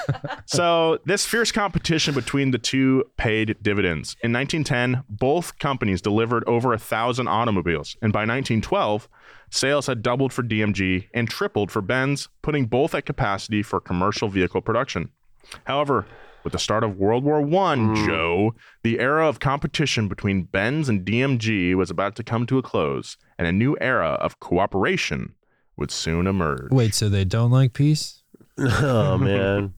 [SPEAKER 1] so this fierce competition between the two paid dividends. In 1910, both companies delivered over a thousand automobiles, and by 1912, sales had doubled for DMG and tripled for Benz, putting both at capacity for commercial vehicle production. However, with the start of World War One, Joe, the era of competition between Benz and DMG was about to come to a close, and a new era of cooperation would soon emerge.
[SPEAKER 3] Wait, so they don't like peace?
[SPEAKER 2] oh, man.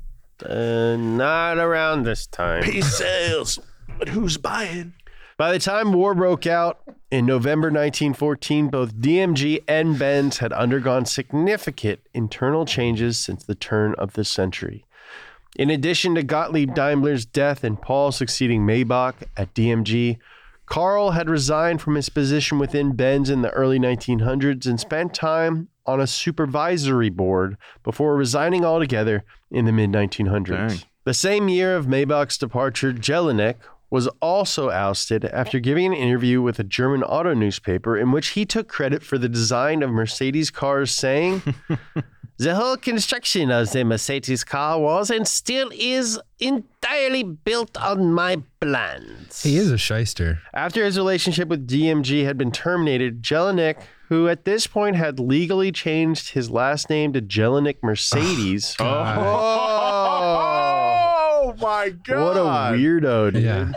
[SPEAKER 2] Uh, not around
[SPEAKER 1] <laughs>
[SPEAKER 2] this time.
[SPEAKER 1] Peace sales, but who's buying?
[SPEAKER 2] By the time war broke out in November 1914, both DMG and Benz had undergone significant internal changes since the turn of the century. In addition to Gottlieb Daimler's death and Paul succeeding Maybach at DMG, Carl had resigned from his position within Benz in the early 1900s and spent time on a supervisory board before resigning altogether in the mid 1900s.
[SPEAKER 1] Dang.
[SPEAKER 2] The same year of Maybach's departure, Jelinek was also ousted after giving an interview with a German auto newspaper in which he took credit for the design of Mercedes cars, saying, The whole construction of the Mercedes car was and still is entirely built on my plans.
[SPEAKER 3] He is a shyster.
[SPEAKER 2] After his relationship with DMG had been terminated, Jelinek, who at this point had legally changed his last name to Jelinek
[SPEAKER 1] <laughs>
[SPEAKER 2] Mercedes. Oh.
[SPEAKER 1] Oh my god!
[SPEAKER 2] what a weirdo, dude.
[SPEAKER 3] Yeah.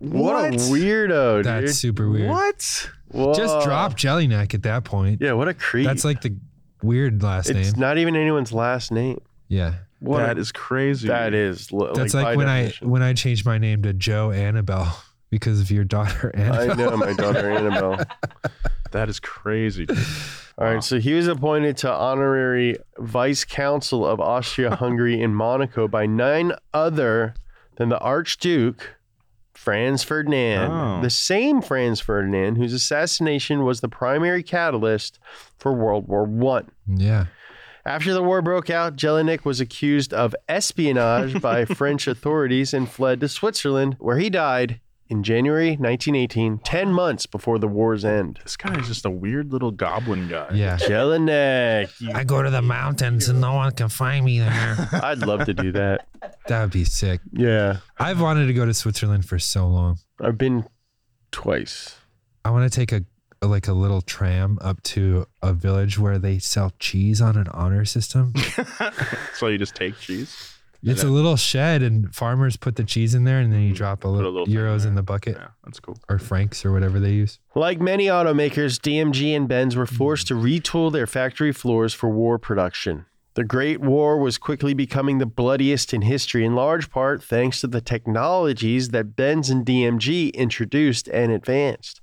[SPEAKER 2] What, a weirdo, dude.
[SPEAKER 3] That's super weird.
[SPEAKER 1] What?
[SPEAKER 2] Whoa.
[SPEAKER 3] Just drop Jellyneck at that point.
[SPEAKER 2] Yeah, what a creep.
[SPEAKER 3] That's like the weird last
[SPEAKER 2] it's
[SPEAKER 3] name.
[SPEAKER 2] not even anyone's last name.
[SPEAKER 3] yeah.
[SPEAKER 2] What
[SPEAKER 1] that
[SPEAKER 2] a-
[SPEAKER 1] is crazy.
[SPEAKER 2] that is li-
[SPEAKER 3] That's like,
[SPEAKER 2] by
[SPEAKER 3] when <laughs>
[SPEAKER 2] definition.
[SPEAKER 3] I when I changed my name to Joe Annabelle <laughs> because of your daughter Annabelle.
[SPEAKER 2] I know my daughter Annabelle.
[SPEAKER 1] that is crazy. dude.
[SPEAKER 2] All right, so he was appointed to honorary vice consul of Austria-Hungary in Monaco by none other than the Archduke Franz Ferdinand,
[SPEAKER 1] Oh.
[SPEAKER 2] the same Franz Ferdinand whose assassination was the primary catalyst for World War One.
[SPEAKER 3] <laughs> Yeah.
[SPEAKER 2] After the war broke out, Jelinek was accused of espionage by French authorities and fled to Switzerland, where he died in January 1918, 10 months before the war's end.
[SPEAKER 1] This guy is just a weird little goblin guy.
[SPEAKER 3] Yeah.
[SPEAKER 2] Jelinek, you-
[SPEAKER 3] I go to the mountains and no one can find
[SPEAKER 2] <laughs>
[SPEAKER 3] me there.
[SPEAKER 2] I'd love to do that.
[SPEAKER 3] that would be sick.
[SPEAKER 2] Yeah,
[SPEAKER 3] I've wanted to go to Switzerland for so long.
[SPEAKER 2] I've been twice.
[SPEAKER 3] I want to take a like a little tram up to a village where they sell cheese on an honor system.
[SPEAKER 1] So you just take cheese.
[SPEAKER 3] It's a little shed, and farmers put the cheese in there, and then you drop a little,
[SPEAKER 1] little thing
[SPEAKER 3] euros in the bucket
[SPEAKER 1] Yeah, that's cool.
[SPEAKER 3] or francs or whatever they use.
[SPEAKER 2] Like many automakers, DMG and Benz were forced to retool their factory floors for war production. The Great War was quickly becoming the bloodiest in history, in large part thanks to the technologies that Benz and DMG introduced and advanced.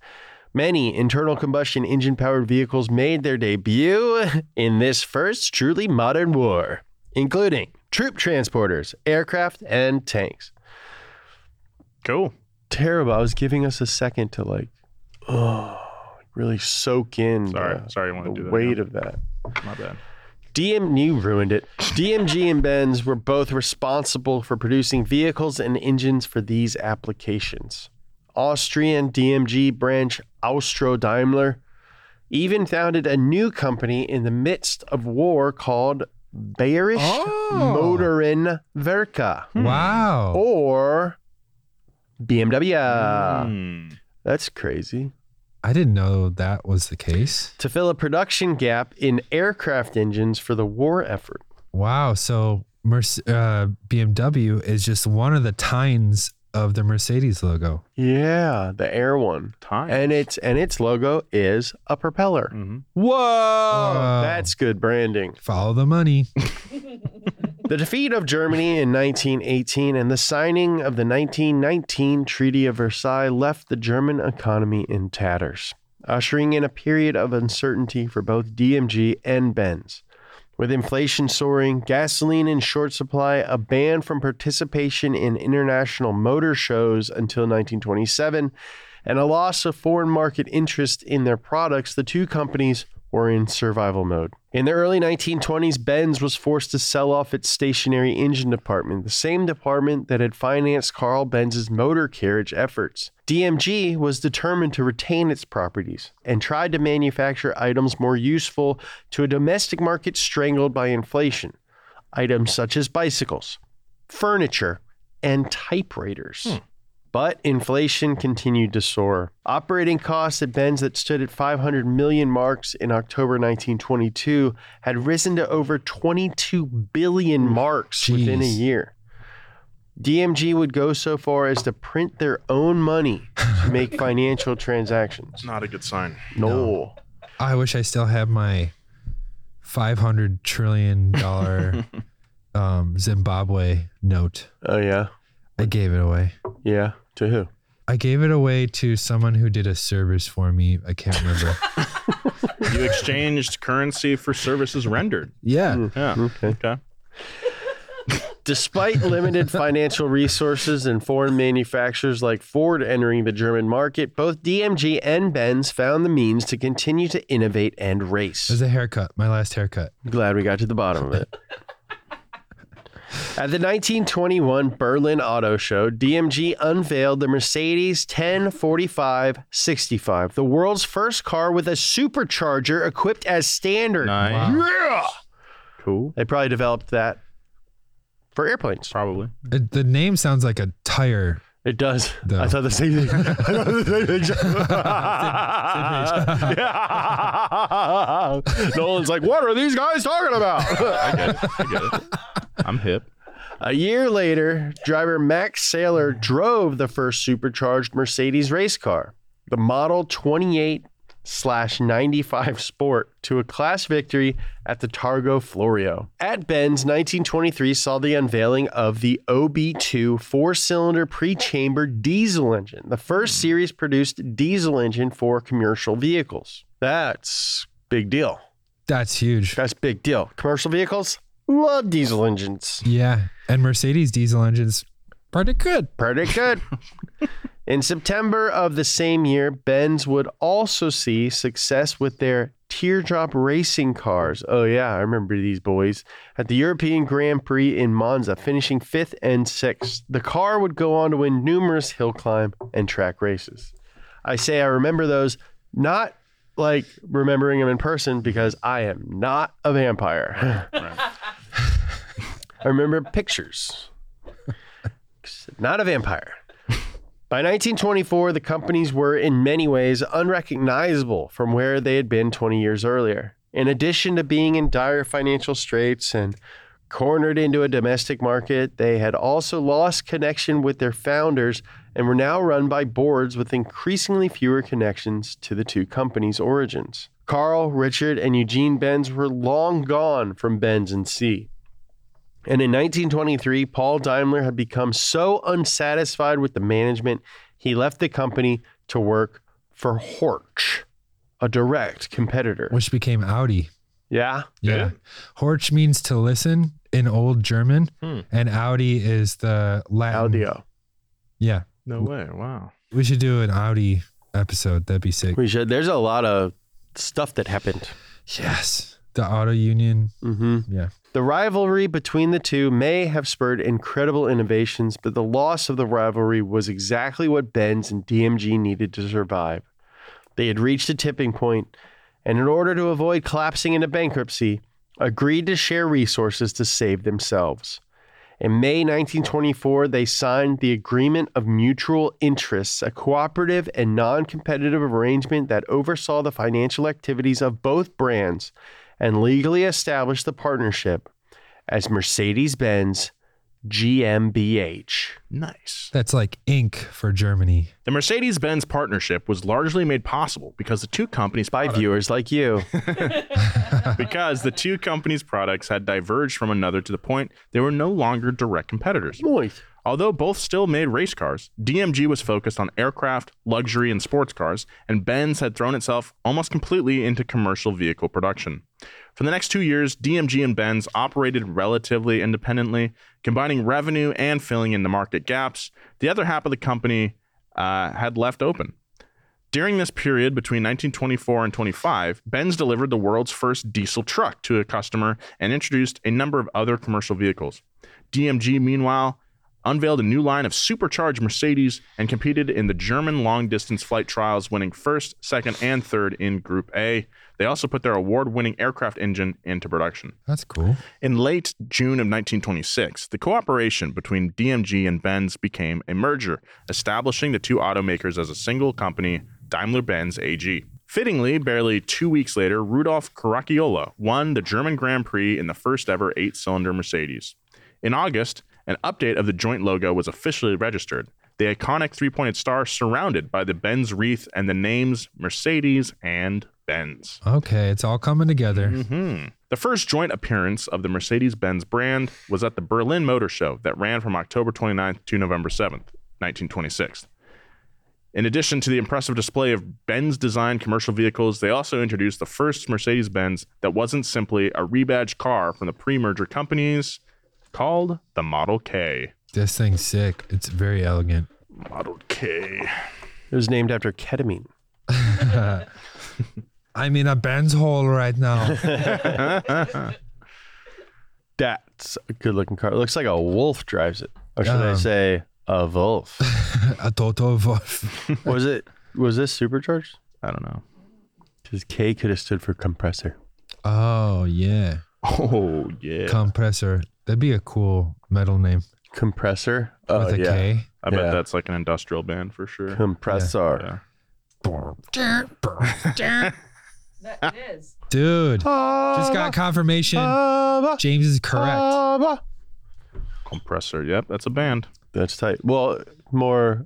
[SPEAKER 2] Many internal combustion engine powered vehicles made their debut <laughs> in this first truly modern war, including troop transporters, aircraft, and tanks.
[SPEAKER 1] Cool.
[SPEAKER 2] Terrible. I was giving us a second to like, <sighs> oh, really soak in
[SPEAKER 1] Sorry.
[SPEAKER 2] the,
[SPEAKER 1] Sorry, I wanted to
[SPEAKER 2] the
[SPEAKER 1] do that,
[SPEAKER 2] weight
[SPEAKER 1] yeah.
[SPEAKER 2] of that.
[SPEAKER 1] My bad.
[SPEAKER 2] DM you ruined it. DMG and Benz were both responsible for producing vehicles and engines for these applications. Austrian DMG branch Austro Daimler even founded a new company in the midst of war called Bayerisch
[SPEAKER 1] Oh.
[SPEAKER 2] Motoren Werke Oh.
[SPEAKER 3] Wow.
[SPEAKER 2] or BMW.
[SPEAKER 1] Hmm.
[SPEAKER 2] That's crazy.
[SPEAKER 3] I didn't know that was the case.
[SPEAKER 2] To fill a production gap in aircraft engines for the war effort.
[SPEAKER 3] Wow. So Merce- uh, BMW is just one of the tines of the Mercedes logo.
[SPEAKER 2] Yeah, the air one.
[SPEAKER 1] Time.
[SPEAKER 2] And it's and its logo is a propeller.
[SPEAKER 1] Mhm.
[SPEAKER 2] Whoa!
[SPEAKER 3] Whoa.
[SPEAKER 2] Oh, That's good branding.
[SPEAKER 3] Uh, Follow the money.
[SPEAKER 2] The defeat of Germany in 1918 and the signing of the 1919 Treaty of Versailles left the German economy in tatters, ushering in a period of uncertainty for both DMG and Benz. With inflation soaring, gasoline in short supply, a ban from participation in international motor shows until 1927, and a loss of foreign market interest in their products, the two companies were in survival mode. In the early 1920s, Benz was forced to sell off its stationary engine department, the same department that had financed Carl Benz's motor carriage efforts. DMG was determined to retain its properties and tried to manufacture items more useful to a domestic market strangled by inflation. Items such as bicycles, furniture, and typewriters. But inflation continued to soar. Operating costs at Benz that stood at 500 million marks in October 1922 had risen to over 22 billion marks within a
[SPEAKER 3] Jeez.
[SPEAKER 2] year. DMG would go so far as to print their own money to make financial transactions.
[SPEAKER 1] Not a good sign.
[SPEAKER 2] No.
[SPEAKER 3] I wish I still had my five hundred
[SPEAKER 2] <laughs>
[SPEAKER 3] trillion dollar um, Zimbabwe note.
[SPEAKER 2] Oh yeah.
[SPEAKER 3] I gave it away.
[SPEAKER 2] Yeah. To who?
[SPEAKER 3] I gave it away to someone who did a service for me. I can't
[SPEAKER 2] <laughs>
[SPEAKER 3] remember.
[SPEAKER 1] You exchanged currency for services rendered.
[SPEAKER 3] yeah.
[SPEAKER 1] Yeah. Okay.
[SPEAKER 2] Despite limited financial resources and foreign manufacturers like Ford entering the German market, both DMG and Benz found the means to continue to innovate and
[SPEAKER 3] It was
[SPEAKER 2] race.
[SPEAKER 3] a haircut, my last haircut.
[SPEAKER 2] Glad we got to the bottom of it. At the 1921 Berlin Auto Show, DMG unveiled the Mercedes 1045 65, the world's first car with a supercharger equipped as standard.
[SPEAKER 1] Nice.
[SPEAKER 2] Yeah!
[SPEAKER 1] Cool.
[SPEAKER 2] They probably developed that for airplanes.
[SPEAKER 1] Probably.
[SPEAKER 3] It, the name sounds like a tire.
[SPEAKER 2] It does.
[SPEAKER 3] No.
[SPEAKER 2] I thought the same thing. <laughs> I thought the same thing. <laughs> Yeah. <laughs> Nolan's like, what are these guys talking about? <laughs>
[SPEAKER 1] I get it. <laughs> I'm hip.
[SPEAKER 2] A year later, driver Max Saylor drove the first supercharged Mercedes race car, the Model 28 slash 95 Sport, to a class victory at the Targo Florio. At Benz, 1923 saw the unveiling of the OB2 four cylinder pre chamber diesel engine, the first series produced diesel engine for commercial vehicles. That's big deal.
[SPEAKER 3] That's huge.
[SPEAKER 2] That's big deal. Commercial vehicles love diesel engines.
[SPEAKER 3] Yeah. And Mercedes diesel engines, pretty good.
[SPEAKER 2] Pretty good. In September of the same year, Benz would also see success with their teardrop racing cars. Oh, yeah, I remember these boys at the European Grand Prix in Monza, finishing fifth and sixth. The car would go on to win numerous hill climb and track races. I say I remember those, not like remembering them in person because I am not a vampire. <laughs> I remember pictures. Not a vampire. By 1924, the companies were in many ways unrecognizable from where they had been 20 years earlier. In addition to being in dire financial straits and cornered into a domestic market, they had also lost connection with their founders and were now run by boards with increasingly fewer connections to the two companies' origins. Carl, Richard, and Eugene Benz were long gone from Benz and C. And in 1923, Paul Daimler had become so unsatisfied with the management, he left the company to work for Horch, a direct competitor.
[SPEAKER 3] which became Audi.
[SPEAKER 2] yeah.
[SPEAKER 3] Yeah. Horch means to listen in old German,
[SPEAKER 2] Hmm.
[SPEAKER 3] and Audi is the Latin.
[SPEAKER 2] Audio.
[SPEAKER 3] Yeah.
[SPEAKER 1] No way. Wow.
[SPEAKER 3] We should do an Audi episode. That'd be sick.
[SPEAKER 2] We should. There's a lot of stuff that happened.
[SPEAKER 3] Yes. The auto union.
[SPEAKER 2] Mm-hmm.
[SPEAKER 3] Yeah.
[SPEAKER 2] The rivalry between the two may have spurred incredible innovations, but the loss of the rivalry was exactly what Benz and DMG needed to survive. They had reached a tipping point, and in order to avoid collapsing into bankruptcy, agreed to share resources to save themselves. In May 1924, they signed the Agreement of Mutual Interests, a cooperative and non competitive arrangement that oversaw the financial activities of both brands and legally established the partnership as Mercedes Benz GmbH.
[SPEAKER 1] Nice.
[SPEAKER 3] That's like ink for Germany.
[SPEAKER 1] The Mercedes Benz partnership was largely made possible because the two companies <laughs>
[SPEAKER 2] By viewers like <laughs> you.
[SPEAKER 1] because the two companies' products had diverged from another to the point they were no longer direct competitors.
[SPEAKER 2] Moist.
[SPEAKER 1] Although both still made race cars, DMG was focused on aircraft, luxury, and sports cars, and Benz had thrown itself almost completely into commercial vehicle production. For the next two years, DMG and Benz operated relatively independently, combining revenue and filling in the market gaps the other half of the company uh, had left open. During this period between 1924 and 25, Benz delivered the world's first diesel truck to a customer and introduced a number of other commercial vehicles. DMG, meanwhile, unveiled a new line of supercharged Mercedes and competed in the German long distance flight trials, winning first, second, and third in Group A. They also put their award winning aircraft engine into production.
[SPEAKER 3] That's cool.
[SPEAKER 1] In late June of 1926, the cooperation between DMG and Benz became a merger, establishing the two automakers as a single company, Daimler Benz AG. Fittingly, barely two weeks later, Rudolf Caracciolo won the German Grand Prix in the first ever eight cylinder Mercedes. In August, an update of the joint logo was officially registered. The iconic three pointed star surrounded by the Benz wreath and the names Mercedes and Benz.
[SPEAKER 3] Okay. It's all coming together.
[SPEAKER 2] Mm-hmm.
[SPEAKER 1] Hmm. The first joint appearance of the Mercedes Benz brand was at the Berlin Motor Show that ran from October 29th to November 7th, 1926. In addition to the impressive display of Benz designed commercial vehicles, they also introduced the first Mercedes Benz that wasn't simply a rebadged car from the pre merger companies called the Model K.
[SPEAKER 3] This thing's sick. It's very elegant.
[SPEAKER 1] Model K.
[SPEAKER 2] It was named after ketamine.
[SPEAKER 3] I'm in a Benz hole right
[SPEAKER 2] <laughs>
[SPEAKER 3] now.
[SPEAKER 2] That's a good looking car. It looks like a wolf drives it. Or should I
[SPEAKER 3] Um.
[SPEAKER 2] say a <laughs> wolf?
[SPEAKER 3] a Toto Wolf.
[SPEAKER 2] was it was this supercharged?
[SPEAKER 1] I don't know.
[SPEAKER 2] Because K could have stood for compressor.
[SPEAKER 3] Oh, yeah.
[SPEAKER 1] Oh, yeah.
[SPEAKER 3] Compressor. That'd be a cool metal name
[SPEAKER 2] Compressor? Oh,
[SPEAKER 3] with a K.
[SPEAKER 2] yeah.
[SPEAKER 1] I bet
[SPEAKER 2] Yeah.
[SPEAKER 1] that's like an industrial band for sure.
[SPEAKER 2] Compressor.
[SPEAKER 1] Yeah.
[SPEAKER 3] Dude,
[SPEAKER 2] Ah,
[SPEAKER 3] just got confirmation. James is correct.
[SPEAKER 1] Compressor. Yep, that's a band.
[SPEAKER 2] That's tight. Well, more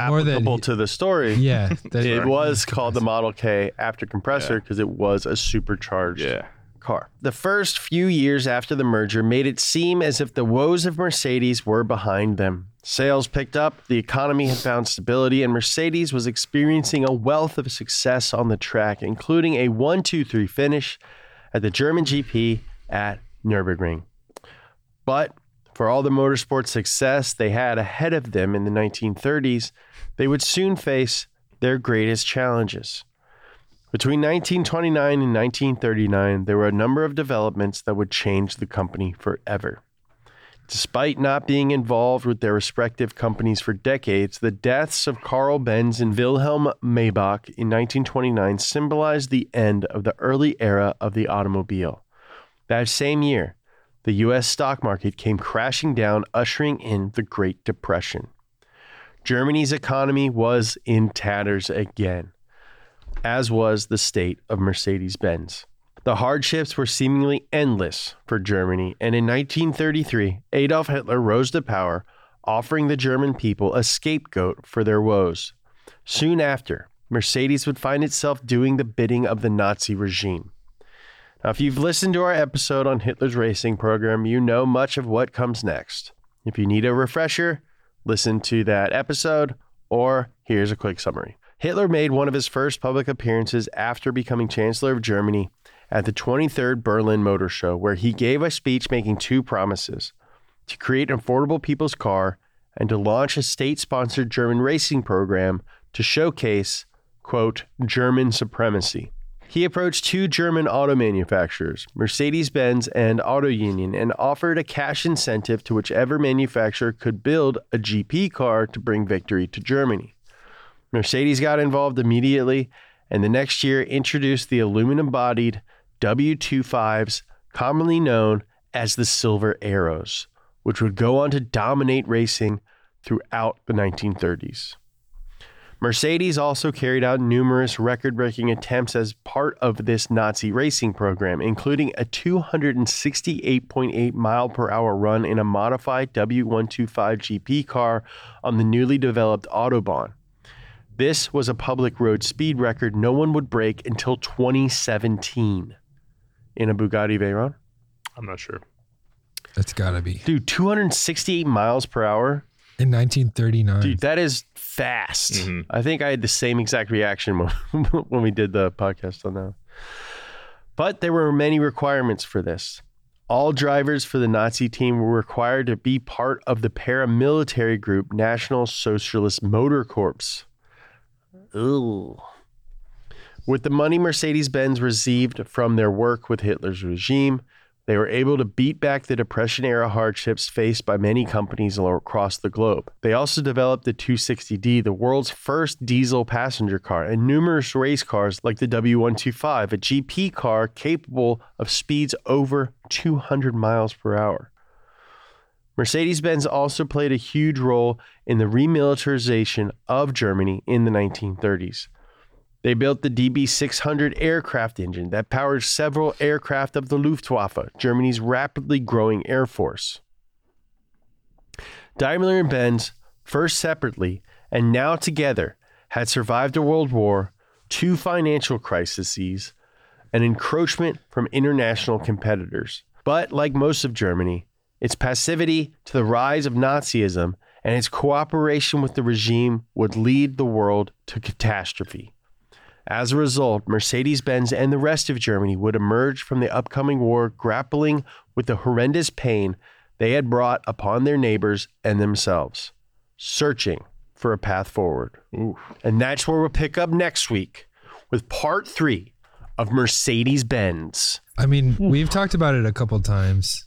[SPEAKER 3] More than-
[SPEAKER 2] applicable to the story. <laughs>
[SPEAKER 3] Yeah. that-
[SPEAKER 2] It was called the Model K after compressor because it was a supercharged
[SPEAKER 1] Yeah.
[SPEAKER 2] car. The first few years after the merger made it seem as if the woes of Mercedes were behind them. Sales picked up, the economy had found stability, and Mercedes was experiencing a wealth of success on the track, including a 1 2 3 finish at the German GP at Nürburgring. But for all the motorsport success they had ahead of them in the 1930s, they would soon face their greatest challenges. Between 1929 and 1939, there were a number of developments that would change the company forever. Despite not being involved with their respective companies for decades, the deaths of Carl Benz and Wilhelm Maybach in 1929 symbolized the end of the early era of the automobile. That same year, the US stock market came crashing down, ushering in the Great Depression. Germany's economy was in tatters again as was the state of Mercedes Benz. The hardships were seemingly endless for Germany, and in 1933, Adolf Hitler rose to power, offering the German people a scapegoat for their woes. Soon after, Mercedes would find itself doing the bidding of the Nazi regime. Now, if you've listened to our episode on Hitler's racing program, you know much of what comes next. If you need a refresher, listen to that episode, or here's a quick summary. Hitler made one of his first public appearances after becoming Chancellor of Germany at the 23rd Berlin Motor Show, where he gave a speech making two promises to create an affordable people's car and to launch a state sponsored German racing program to showcase, quote, German supremacy. He approached two German auto manufacturers, Mercedes Benz and Auto Union, and offered a cash incentive to whichever manufacturer could build a GP car to bring victory to Germany. Mercedes got involved immediately, and the next year introduced the aluminum bodied W25s, commonly known as the Silver Arrows, which would go on to dominate racing throughout the 1930s. Mercedes also carried out numerous record breaking attempts as part of this Nazi racing program, including a 268.8 mile per hour run in a modified W125 GP car on the newly developed Autobahn. This was a public road speed record no one would break until 2017 in a Bugatti Veyron.
[SPEAKER 1] I'm not sure.
[SPEAKER 3] That's gotta be
[SPEAKER 2] Dude, 268 miles per hour.
[SPEAKER 3] in 1939.
[SPEAKER 2] Dude, that is fast.
[SPEAKER 1] Mhm.
[SPEAKER 2] I think I had the same exact reaction when, <laughs> when we did the podcast on that. But there were many requirements for this. All drivers for the Nazi team were required to be part of the paramilitary group National Socialist Motor Corps. Ooh. With the money Mercedes Benz received from their work with Hitler's regime, they were able to beat back the Depression era hardships faced by many companies all across the globe. They also developed the 260D, the world's first diesel passenger car, and numerous race cars like the W125, a GP car capable of speeds over 200 miles per hour. Mercedes Benz also played a huge role in the remilitarization of Germany in the 1930s. They built the DB 600 aircraft engine that powers several aircraft of the Luftwaffe, Germany's rapidly growing air force. Daimler and Benz, first separately and now together, had survived a world war, two financial crises, and encroachment from international competitors. But like most of Germany, its passivity to the rise of Nazism and its cooperation with the regime would lead the world to catastrophe. As a result, Mercedes Benz and the rest of Germany would emerge from the upcoming war grappling with the horrendous pain they had brought upon their neighbors and themselves, searching for a path forward. And that's where we'll pick up next week with part three of Mercedes Benz.
[SPEAKER 3] I mean, we've talked about it a couple times.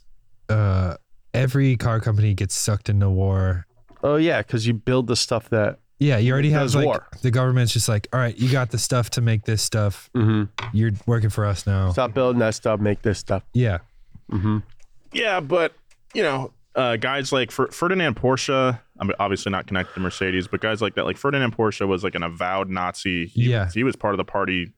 [SPEAKER 3] Uh, every car company gets sucked into war.
[SPEAKER 2] Oh, yeah, because you build the stuff that.
[SPEAKER 3] Yeah, you already have
[SPEAKER 2] Does
[SPEAKER 3] like
[SPEAKER 2] war.
[SPEAKER 3] the government's just like, all right, you got the stuff to make this stuff.
[SPEAKER 2] Mm-hmm.
[SPEAKER 3] You're working for us now.
[SPEAKER 2] Stop building that stuff, make this stuff.
[SPEAKER 3] Yeah,
[SPEAKER 1] Yeah, but you know, uh, guys like Fer- Ferdinand Porsche. I'm obviously not connected to Mercedes, but guys like that, like Ferdinand Porsche, was like an avowed Nazi. He,
[SPEAKER 3] Yeah.
[SPEAKER 1] was- he was part of the party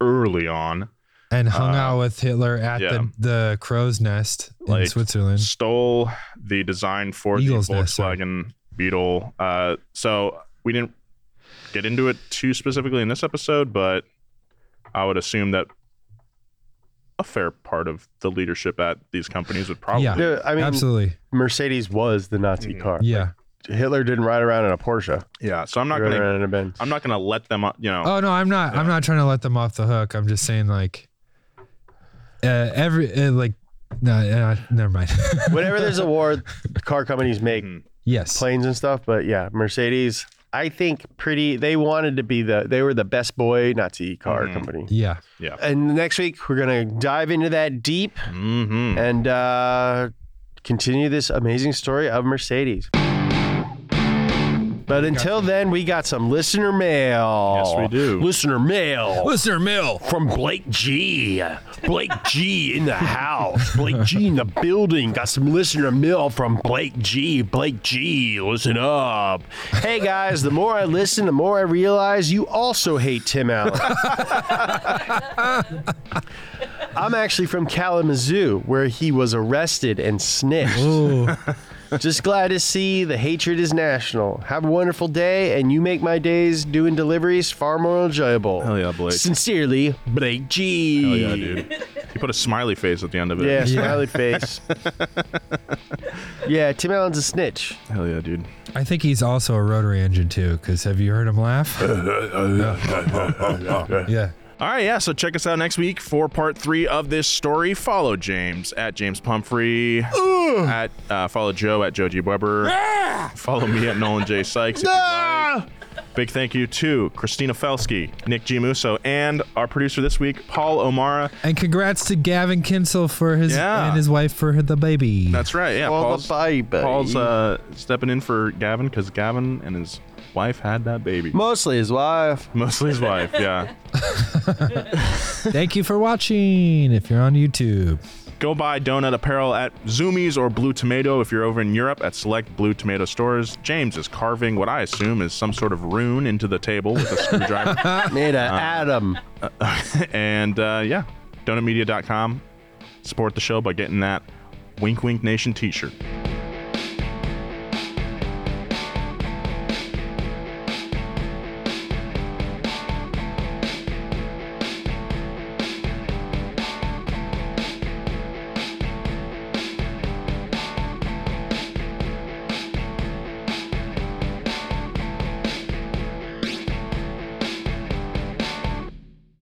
[SPEAKER 1] early on.
[SPEAKER 3] and
[SPEAKER 2] Uh,
[SPEAKER 3] hung out with Hitler at
[SPEAKER 1] yeah.
[SPEAKER 3] the the crow's nest in
[SPEAKER 1] Like,
[SPEAKER 3] Switzerland.
[SPEAKER 1] Stole the design for
[SPEAKER 3] Eagles
[SPEAKER 1] the
[SPEAKER 3] nest, sorry.
[SPEAKER 1] Volkswagen Beetle. Uh, so we didn't get into it too specifically in this episode, but I would assume that a fair part of the leadership at these companies would probably
[SPEAKER 3] Yeah.
[SPEAKER 2] Dude, I mean,
[SPEAKER 3] Absolutely.
[SPEAKER 2] Mercedes was the Nazi car.
[SPEAKER 3] Yeah.
[SPEAKER 2] Hitler didn't ride around in a Porsche,
[SPEAKER 1] Yeah, So I'm
[SPEAKER 2] he
[SPEAKER 1] not
[SPEAKER 2] rode
[SPEAKER 1] gonna
[SPEAKER 2] around in a Benz.
[SPEAKER 1] I'm not gonna let them uh, you know
[SPEAKER 3] Oh no, I'm not. I'm not trying to let them off the hook. I'm just saying like uh, every uh, like no, uh, never
[SPEAKER 1] <laughs>
[SPEAKER 3] mind. <laughs>
[SPEAKER 1] Mm-hmm.
[SPEAKER 2] Whenever there's a war, car companies make
[SPEAKER 3] yes.
[SPEAKER 2] planes and stuff. But yeah, Mercedes I think pretty. They wanted to be the. They were the best boy Nazi car
[SPEAKER 1] Mm-hmm.
[SPEAKER 2] company.
[SPEAKER 3] Yeah.
[SPEAKER 2] And next week we're gonna dive into that deep
[SPEAKER 1] Mm-hmm.
[SPEAKER 2] and uh, continue this amazing story of Mercedes. But until then, we got some listener mail.
[SPEAKER 1] Yes, we do.
[SPEAKER 2] Listener mail.
[SPEAKER 3] Listener mail.
[SPEAKER 2] from Blake G. Blake G in the house. Blake G in the building. Got some listener mail from Blake G. Blake G, listen up. Hey guys, the more I listen, the more I realize you also hate Tim Allen. <laughs> I'm actually from Kalamazoo, where he was arrested and snitched.
[SPEAKER 3] Ooh.
[SPEAKER 2] Just glad to see the hatred is national. Have a wonderful day, and you make my days doing deliveries far more enjoyable.
[SPEAKER 1] Hell yeah, Blake.
[SPEAKER 2] Sincerely, Blake G.
[SPEAKER 1] Hell Oh, yeah, dude. He put a smiley face at the end of it.
[SPEAKER 2] Yeah,
[SPEAKER 1] <laughs>
[SPEAKER 2] smiley face. yeah, Tim Allen's a snitch.
[SPEAKER 1] Hell yeah, dude.
[SPEAKER 3] I think he's also a rotary engine too. Because have you heard him laugh? yeah.
[SPEAKER 1] All right, yeah. So check us out next week for part three of this story. Follow James at James Pumphrey. At uh, follow Joe at Joe G Weber. Follow me at Nolan J Sykes. if you'd like. Big thank you to Christina Felsky, Nick G Musso, and our producer this week, Paul O'Mara.
[SPEAKER 3] And congrats to Gavin Kinsel for his
[SPEAKER 1] Yeah.
[SPEAKER 3] and his wife for her- the baby.
[SPEAKER 1] That's right. Yeah,
[SPEAKER 2] Well,
[SPEAKER 1] Paul's,
[SPEAKER 2] bye, buddy.
[SPEAKER 1] Paul's uh, stepping in for Gavin because Gavin and his wife had that baby.
[SPEAKER 2] Mostly
[SPEAKER 1] <laughs>
[SPEAKER 2] his wife.
[SPEAKER 1] Mostly his wife. Yeah.
[SPEAKER 3] Thank you for watching. If you're on YouTube,
[SPEAKER 1] Go buy donut apparel at Zoomies or Blue Tomato if you're over in Europe at select Blue Tomato stores. James is carving what I assume is some sort of rune into the table with a screwdriver.
[SPEAKER 2] Made a Adam.
[SPEAKER 1] and uh, yeah, donutmedia.com. Support the show by getting that Wink Wink Nation t shirt.